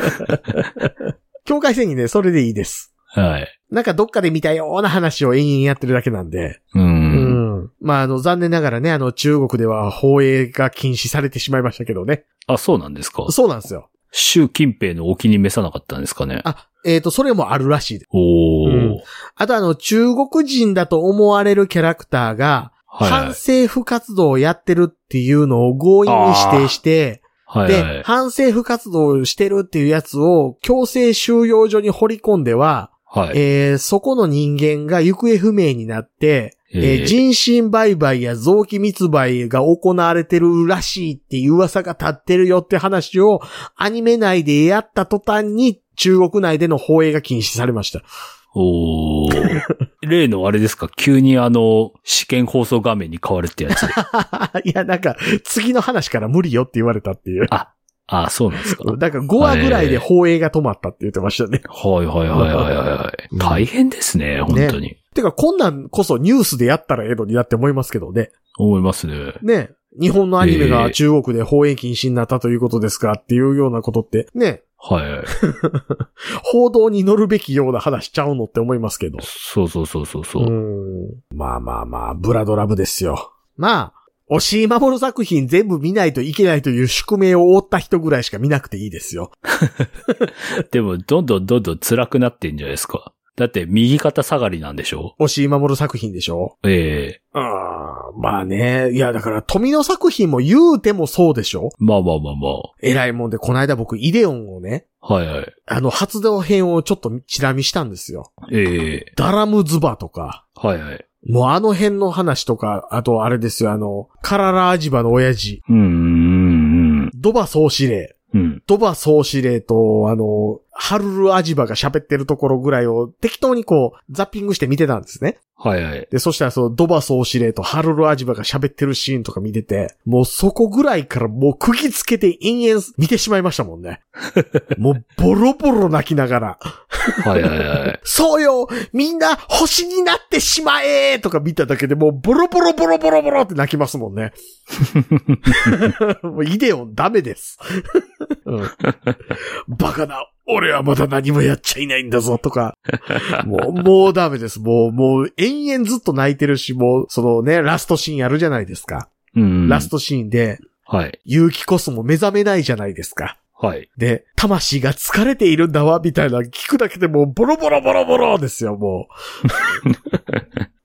境界戦記ね、それでいいです。はい。なんかどっかで見たような話を延々やってるだけなんで。う。うんん。まあ、あの、残念ながらね、あの、中国では放映が禁止されてしまいましたけどね。あ、そうなんですかそうなんですよ。習近平のお気に召さなかったんですかね。あ、えっ、と、それもあるらしいです。おー。うんあとあの、中国人だと思われるキャラクターが、はい反政府活動をやってるっていうのを強引に指定して、はい。はいはで、い。反政府活動をしてるっていうやつを強制収容所に掘り込んでは、はい。えーそこの人間が行方不明になって、えーえー人身売買や臓器密売が行われてるらしいっていう噂が立ってるよって話をアニメ内でやった途端に中国内での放映が禁止されました。 おー。 例のあれですか急にあの、試験放送画面に変わるってやつ。いや、なんか、次の話から無理よって言われたっていう。あ、そうなんですか。なんか5話ぐらいで放映が止まったって言ってましたね。はいはいはいはいはい。うん大変ですね、本当に。てか、こんなんこそニュースでやったらええのになって思いますけどね。思いますね。ね。日本のアニメえがえ中国で放映禁止になったということですかっていうようなことって、ね、はいはい。報道に乗るべきような話しちゃうのって思いますけど。そうそうそうそうそう。うんまあまあまあ、ブラドラブですよ。まあ、押井守作品全部見ないといけないという宿命を負った人ぐらいしか見なくていいですよ。でも、どんどんどんどん辛くなってんじゃないですか。だって、右肩下がりなんでしょ押井守作品でしょええああ、まあね。いや、だから、富の作品も言うてもそうでしょまあまあまあま偉いもんで、この間僕、イデオンをね、あ。はいはい。あの、発動編をちょっとチラ見したんですよ。ええダラムズバとか、はいはい。もうあの辺の話とか、あとあれですよ、あの、カララアジバの親父、うんうんうん。ドバ総司令、うん。鳥羽総司令と、あの、ハルルアジバが喋ってるところぐらいを適当にこう、ザッピングして見てたんですね。はいはい。で、そしたらその、ドバ総司令とハルルアジバが喋ってるシーンとか見てて、もうそこぐらいからもう釘つけて延々見てしまいましたもんね。もうボロボロ泣きながら、はいはいはい。そうよみんな星になってしまえとか見ただけでもうボロボロボロボロボロって泣きますもん ね。もうイデオンダメです。うんバカな、俺はまだ何もやっちゃいないんだぞとか。もう、もうダメです。もう、もう延々ずっと泣いてるし、もう、そのね、ラストシーンやるじゃないですか。うん。ラストシーンで、はい。勇気こそも目覚めないじゃないですか。はい。で、魂が疲れているんだわ、みたいな聞くだけでもうボロボロボロボロですよ、も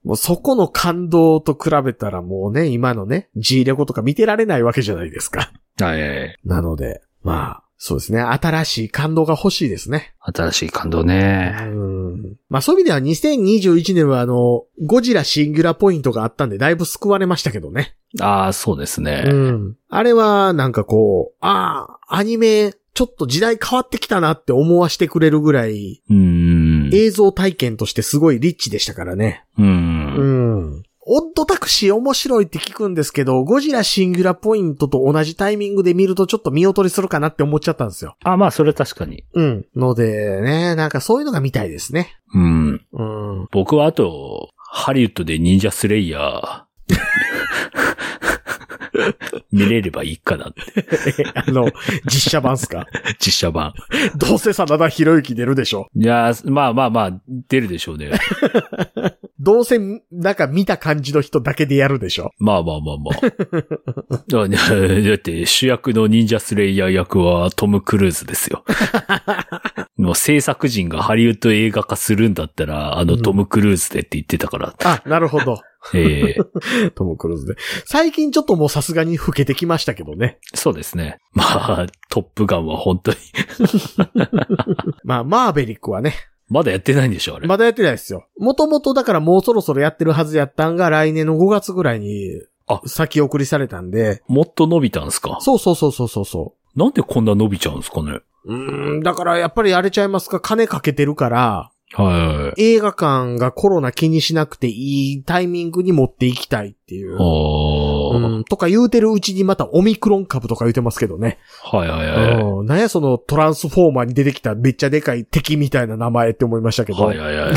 う。もうそこの感動と比べたらもうね、今のね、G レコとか見てられないわけじゃないですか。はいはいはい。なので、まあ、そうですね、新しい感動が欲しいですね。新しい感動うね。ん。まあそういう意味では2021年はあの、ゴジラシンギュラポイントがあったんでだいぶ救われましたけどね。ああ、そうですね。うん。あれは、なんかこう、ああ、アニメ、ちょっと時代変わってきたなって思わしてくれるぐらい、うん。映像体験としてすごいリッチでしたからね。う。うんん。オッドタクシー面白いって聞くんですけど、ゴジラシングラポイントと同じタイミングで見るとちょっと見劣りするかなって思っちゃったんですよ。あまあ、それは確かに。うん。ので、ね、なんかそういうのが見たいですね。うん。うん。 僕はあと、ハリウッドで忍者スレイヤ ー。見れればいいかなって。あの、 実写版っすか実写版。どうせ真田広之出るでしょ。いやー、まあまあまあ、出るでしょうね。 どうせ、なんか見た感じの人だけでやるでしょ。まあまあまあまあ。だだって主役の忍者スレイヤー役はトム・クルーズです よ。もう制作陣がハリウッド映画化するんだったら、あうのんトム・クルーズでって言ってたから。あ、なるほど。ええトム・クルーズで。最近ちょっともうさすがに老けてきましたけどね。そうですね。まあ、トップガンは本当に。まあ、マーベリックはね、まだやってないんでしょ、あれ。まだやってないですよ。もともとだからもうそろそろやってるはずやったんが来年の5月ぐらいにあ先送りされたんで、もっと伸びたんすかそうそうそうそうそうそなんでこんな伸びちゃうんすかねう。うーん、だからやっぱりあれちゃいますか、金かけてるから、はい。映画館がコロナ気にしなくていいタイミングに持っていきたいっていうあ。あ、うん、とか言うてるうちにまたオミクロン株とか言うてますけどね。はいはいはい。うん、なんやそのトランスフォーマーに出てきためっちゃでかい敵みたいな名前って思いましたけど。はいはいはい。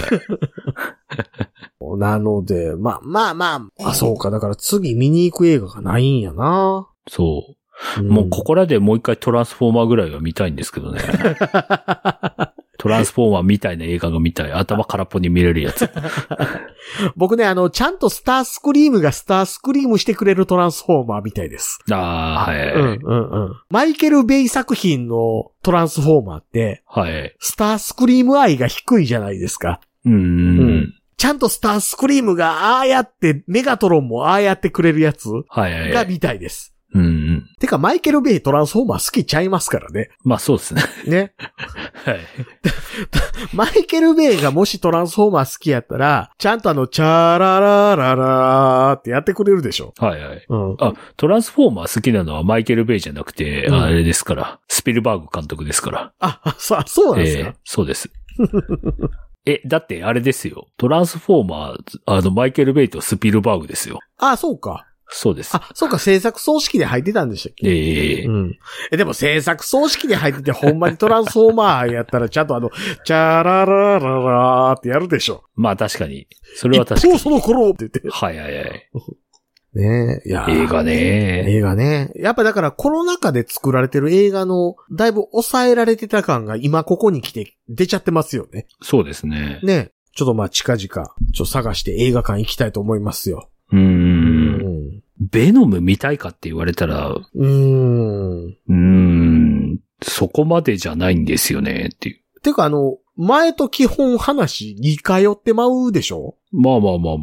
なので、まあまあまあ、あ、そうか、だから次見に行く映画がないんやな。そう。んもうここらでもう一回トランスフォーマーぐらいは見たいんですけ どね。トランスフォーマーみたいな映画が見たい。頭空っぽに見れる やつ。僕ね、あの、ちゃんとスタースクリームがスタースクリームしてくれるトランスフォーマーみたいです。ああー、はい、うんうんうん。マイケル・ベイ作品のトランスフォーマーって、はい。スタースクリーム愛が低いじゃないですか。うんうんうん。うんちゃんとスタースクリームがああやって、メガトロンもああやってくれるやつはいはがい。見たいです。うんうん。てか、マイケル・ベイトランスフォーマー好きちゃいますからね。まあそうですね。 ね。はい。マイケル・ベイがもしトランスフォーマー好きやったら、ちゃんとあの、チャララララーってやってくれるでしょ。はいはい。うん。あ、トランスフォーマー好きなのはマイケル・ベイじゃなくて、うんあれですから。スピルバーグ監督ですから。あ、あそう、そうなんですえかえ、そうです。 え、だってあれですよ。トランスフォーマー、あの、マイケル・ベイとスピルバーグですよ。あ、そうか。そうです。あ、そうか、制作葬式で入ってたんでしたっけええうん。え、でも制作葬式で入ってて、ほんまにトランスフォーマーやったら、ちゃんとあの、チャララララーってやるでしょ。まあ確かに。それ一は確か方に。その頃って言って。はいはいはい。ねえ、いや映画。ね。映画ね。やっぱだからコロナ禍で作られてる映画の、だいぶ抑えられてた感が今ここに来て出ちゃってますよね。そうですね。ね、ちょっとまあ近々、ちょっと探して映画館行きたいと思いますよ。うー。うんん。ベノム見たいかって言われたら、ううん。ーん、そこまでじゃないんですよねっていう。てかあの、前と基本話似通ってまうでしょまあまあまあまあまあ。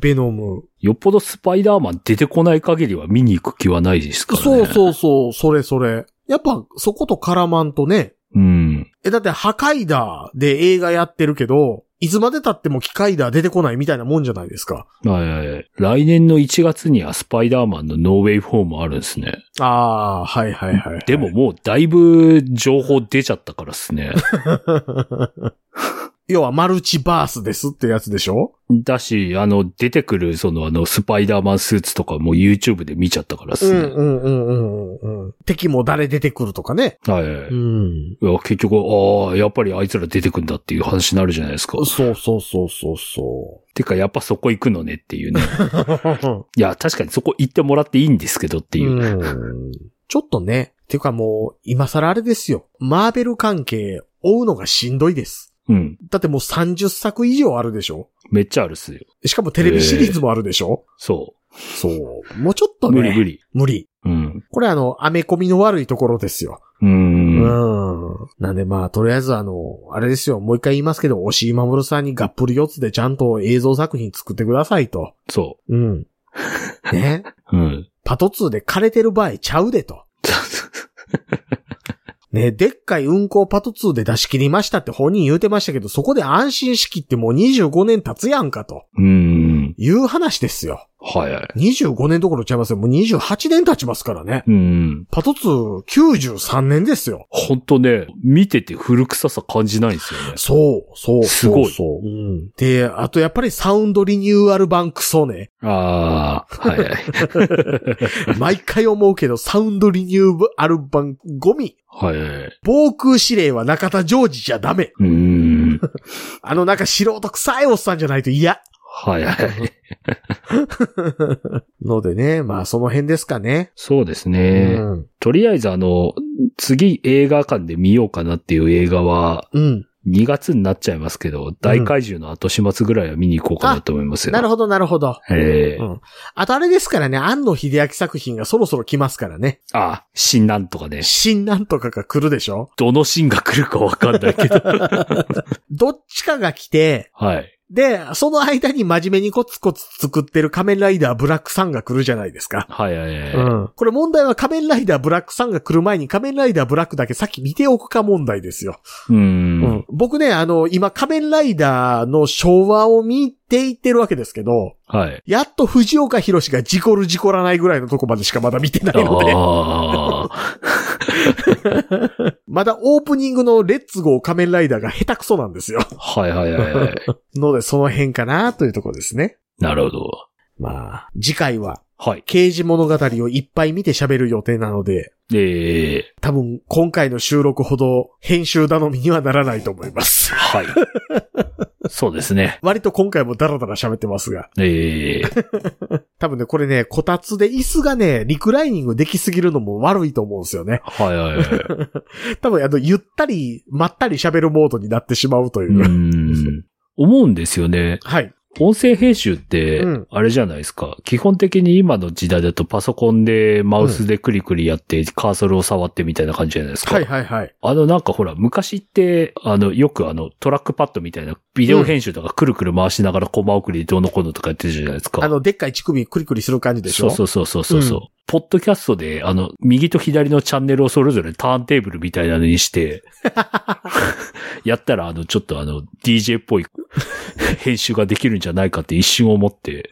ベノム。よっぽどスパイダーマン出てこない限りは見に行く気はないですからね。そうう。そうそう、それそれ。やっぱそこと絡まんとね。うん。え、だって破壊だで映画やってるけど、いつまで経っても機械だ出てこないみたいなもんじゃないですか。はいはいはい。来年の1月にはスパイダーマンのノーウェイフォームあるんですね。ああ、はいはいはい。でも、もうだいぶ情報出ちゃったからっすね。 要はマルチバースですってやつでしょだし、あの、出てくる、その、あの、スパイダーマンスーツとかも YouTube で見ちゃったからっすね。んうんうんうんうん。敵も誰出てくるとかね。はいはい。ん。いや、結局、ああ、やっぱりあいつら出てくんだっていう話になるじゃないですか。そうそうそうそうそてか、やっぱそこ行くのねっていうね。 う。いや、確かにそこ行ってもらっていいんですけどっていう。うんちょっとね、ていうかもう、今更あれですよ。マーベル関係、追うのがしんどいです。うん。だってもう30作以上あるでしょめっちゃあるっすよ。しかもテレビシリーズもあるでしょ、そそう。もうちょっとう。ね。無理無理。無理。うん。これあの、アメコミの悪いところですよ。うー。うんん。なんでまあ、とりあえずあの、あれですよ。もう一回言いますけど、押井守さんにがっぷり四つでちゃんと映像作品作ってくださいと。そうん。ね。う。うん。 パト2で枯れてる場合ちゃうでと。ね、でっかい運行パト2で出し切りましたって本人言うてましたけど、そこで安心しきってもう25年経つやんかとうーん。いう話ですよ。はいはい。 25年どころちゃいますよ。もう28年経ちますからね。うん。パト2 93年ですよ。ほんとね、見てて古臭さ感じないんですよね。そう、そう、すごいそうそう、うん。で、あとやっぱりサウンドリニューアル版クソ ね。ああ、はいはい。毎回思うけど、サウンドリニューアル版ゴミ。はいはい。う防空指令は中田ジョージじゃダメ。ーん。あのなんか素人臭いおっさんじゃないと嫌。は いはい。のでね、まあその辺ですかね。そうですね。うん。とりあえずあの、次映画館で見ようかなっていう映画は、うん。 2月になっちゃいますけど、大怪獣の後始末ぐらいは見に行こうかなと思いますよ。なるほど、なるほど。えうえん。あとあれですからね、安野秀明作品がそろそろ来ますからね。あ、新なんとかね。新なんとかが来るでしょどの新が来るかわかんないけど。どっちかが来て、 はい。で、その間に真面目にコツコツ作ってる仮面ライダーブラックさんが来るじゃないですか。はいはいはい。うん。これ問題は仮面ライダーブラックさんが来る前に仮面ライダーブラックだけさっき見ておくか問題ですよ。う。うん僕ね、あの、今仮面ライダーの昭和を見ていってるわけですけど、はい。やっと藤岡弘が事故る事故らないぐらいのとこまでしかまだ見てないので、ああ。まだオープニングのレッツゴー仮面ライダーが下手くそなんですよ。はいはいはい はい。ので、その辺かなというとこですね。なるほど。まあ、次回ははい。刑事物語をいっぱい見て喋る予定なので、ええ多分今回の収録ほど編集頼みにはならないと思い ます。はい。そうですね。割と今回もダラダラ喋ってますが、ええ多分ね、これね、こたつで椅子がね、リクライニングできすぎるのも悪いと思うんですよね。 はいはい はい。多分あの、ゆったり、まったり喋るモードになってしまうというう。ん。思うんですよね。はい。音声編集ってうん、あれじゃないですか、基本的に今の時代だとパソコンでマウスでクリクリやって、カーソルを触ってみたいな感じじゃないですか。はいはいはい。あのなんかほら、昔って、あの、よくあの、トラックパッドみたいな、ビデオ編集とかくるくる回しながらコマ送りでどうのこうのとかやってるじゃないですか。あの、でっかい乳首クリクリする感じでしそょうそううそうそうそうそう、ポッドキャストで、あの、右と左のチャンネルをそれぞれターンテーブルみたいなの にして、やったら、あの、ちょっとあの、DJ っぽい編集ができるんじゃないかって一瞬思って、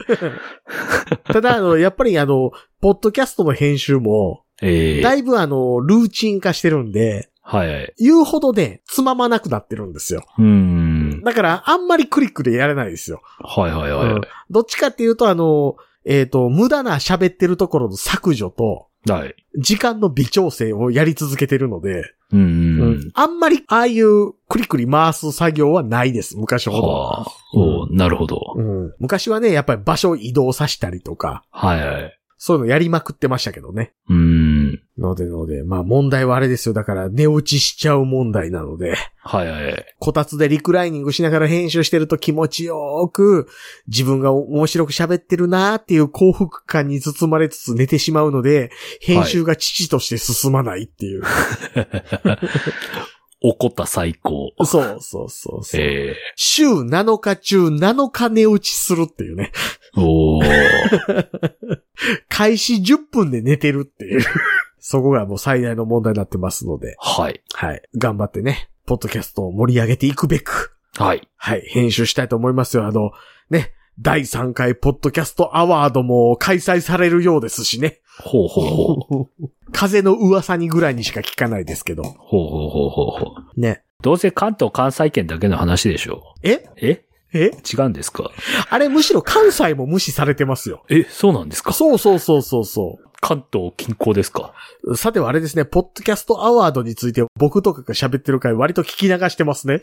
ただ、あの、やっぱりあの、ポッドキャストの編集も、ええだいぶあの、ルーチン化してるんで、はいはい。言うほどね、つままなくなってるんですよ。うーん。だから、あんまりクリックでやれないですよ。はいはいはい。うんどっちかっていうと、あの、えっ、と、無駄な喋ってるところの削除と、はい。時間の微調整をやり続けてるので、うーん。あんまり、ああいうクリクリ回す作業はないです、昔ほど。はあ、おうなるほど。うん、昔はね、やっぱり場所を移動させたりとか、はいはい。そういうのやりまくってましたけどね。うーん。のでので、まあ問題はあれですよ。だから寝落ちしちゃう問題なので、はいはい。こたつでリクライニングしながら編集してると気持ちよく、自分が面白く喋ってるなーっていう幸福感に包まれつつ寝てしまうので、編集が父として進まないっていう。怒った最高。そうそうそうそうえ週7日中7日寝落ちするっていうね。えお ー開始10分で寝てるって いう。そこがもう最大の問題になってますので、はい。はい。頑張ってね、ポッドキャストを盛り上げていくべく、はい。はい、編集したいと思いますよ。あの、ね、第3回ポッドキャストアワードも開催されるようですし ね。ほうほうほう。風の噂にぐらいにしか聞かないですけど。ほうほうほうほうほう。ね。どうせ関東関西圏だけの話でしょえう。ええ違うんですかあれむしろ関西も無視されてますよ。え、そうなんですかそうそうそうそうそ関東近郊ですかう。さてはあれですね、ポッドキャストアワードについて僕とかが喋ってる回割と聞き流してます ね。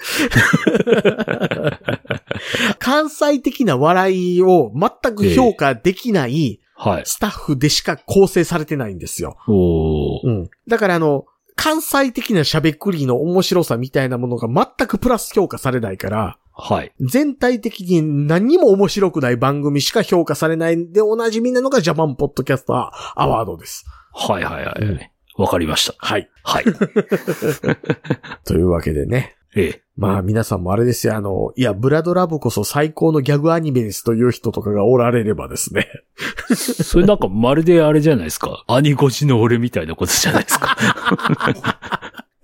関西的な笑いを全く評価できないはい。スタッフでしか構成されてないんですよ。おー。うん。だからあの、関西的な喋りの面白さみたいなものが全くプラス評価されないから、はい。全体的に何にも面白くない番組しか評価されないんでおなじみなのがジャパンポッドキャスターアワードです。はいはいはうんい。わかりました。はい。 はい。というわけでね。ええ。まあ皆さんもあれですよ、あの、いや、ブラドラブこそ最高のギャグアニメですという人とかがおられればですね。 それなんかまるであれじゃないですか。兄越しの俺みたいなことじゃないですか。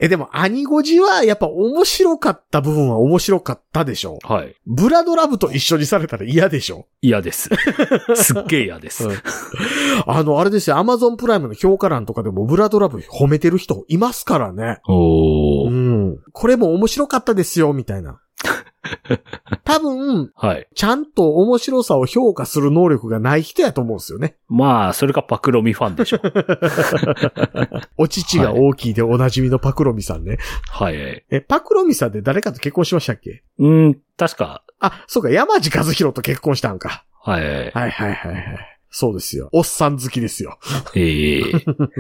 え、でも、アニゴジはやっぱ面白かった部分は面白かったでしょ はい。ブラドラブと一緒にされたら嫌でしょ嫌です。すっげえ嫌です。うん あの、あれですよ、アマゾンプライムの評価欄とかでもブラドラブ褒めてる人いますからね。おうー。ん。これも面白かったですよ、みたい な。多分、はい。ちゃんと面白さを評価する能力がない人やと思うんですよね。まあ、それかパクロミファンでしょ。 お乳が大きいでおなじみのパクロミさんね。はい。え、パクロミさんって誰かと結婚しましたっけうん、確か。あ、そうか、山地和弘と結婚したんか。はい。はいはいはいはい。そうですよ。おっさん好きですよ。ええ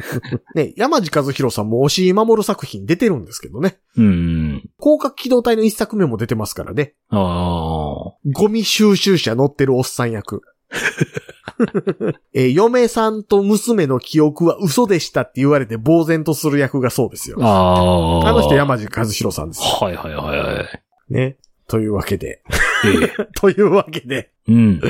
ね、山地和弘さんも押井守作品出てるんですけどね。うん。広角機動隊の一作目も出てますからね。ああ。ゴミ収集車乗ってるおっさん役。 えー嫁さんと娘の記憶は嘘でしたって言われて呆然とする役がそうですよ。ああ。あの人山地和弘さんです。はいはいはいはい。ね。というわけで。 ええというわけで。うん。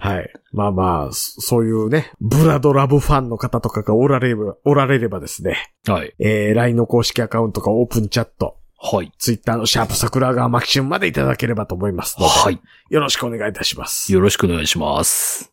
はい。まあまあ、そそういうね、ブラドラブファンの方とかがおられれば、おられればですね。はい。えー LINE の公式アカウントかオープンチャット、はい。 Twitter のシャープ桜川マキシュンまでいただければと思いますので。はい。よろしくお願いいたします。よろしくお願いします。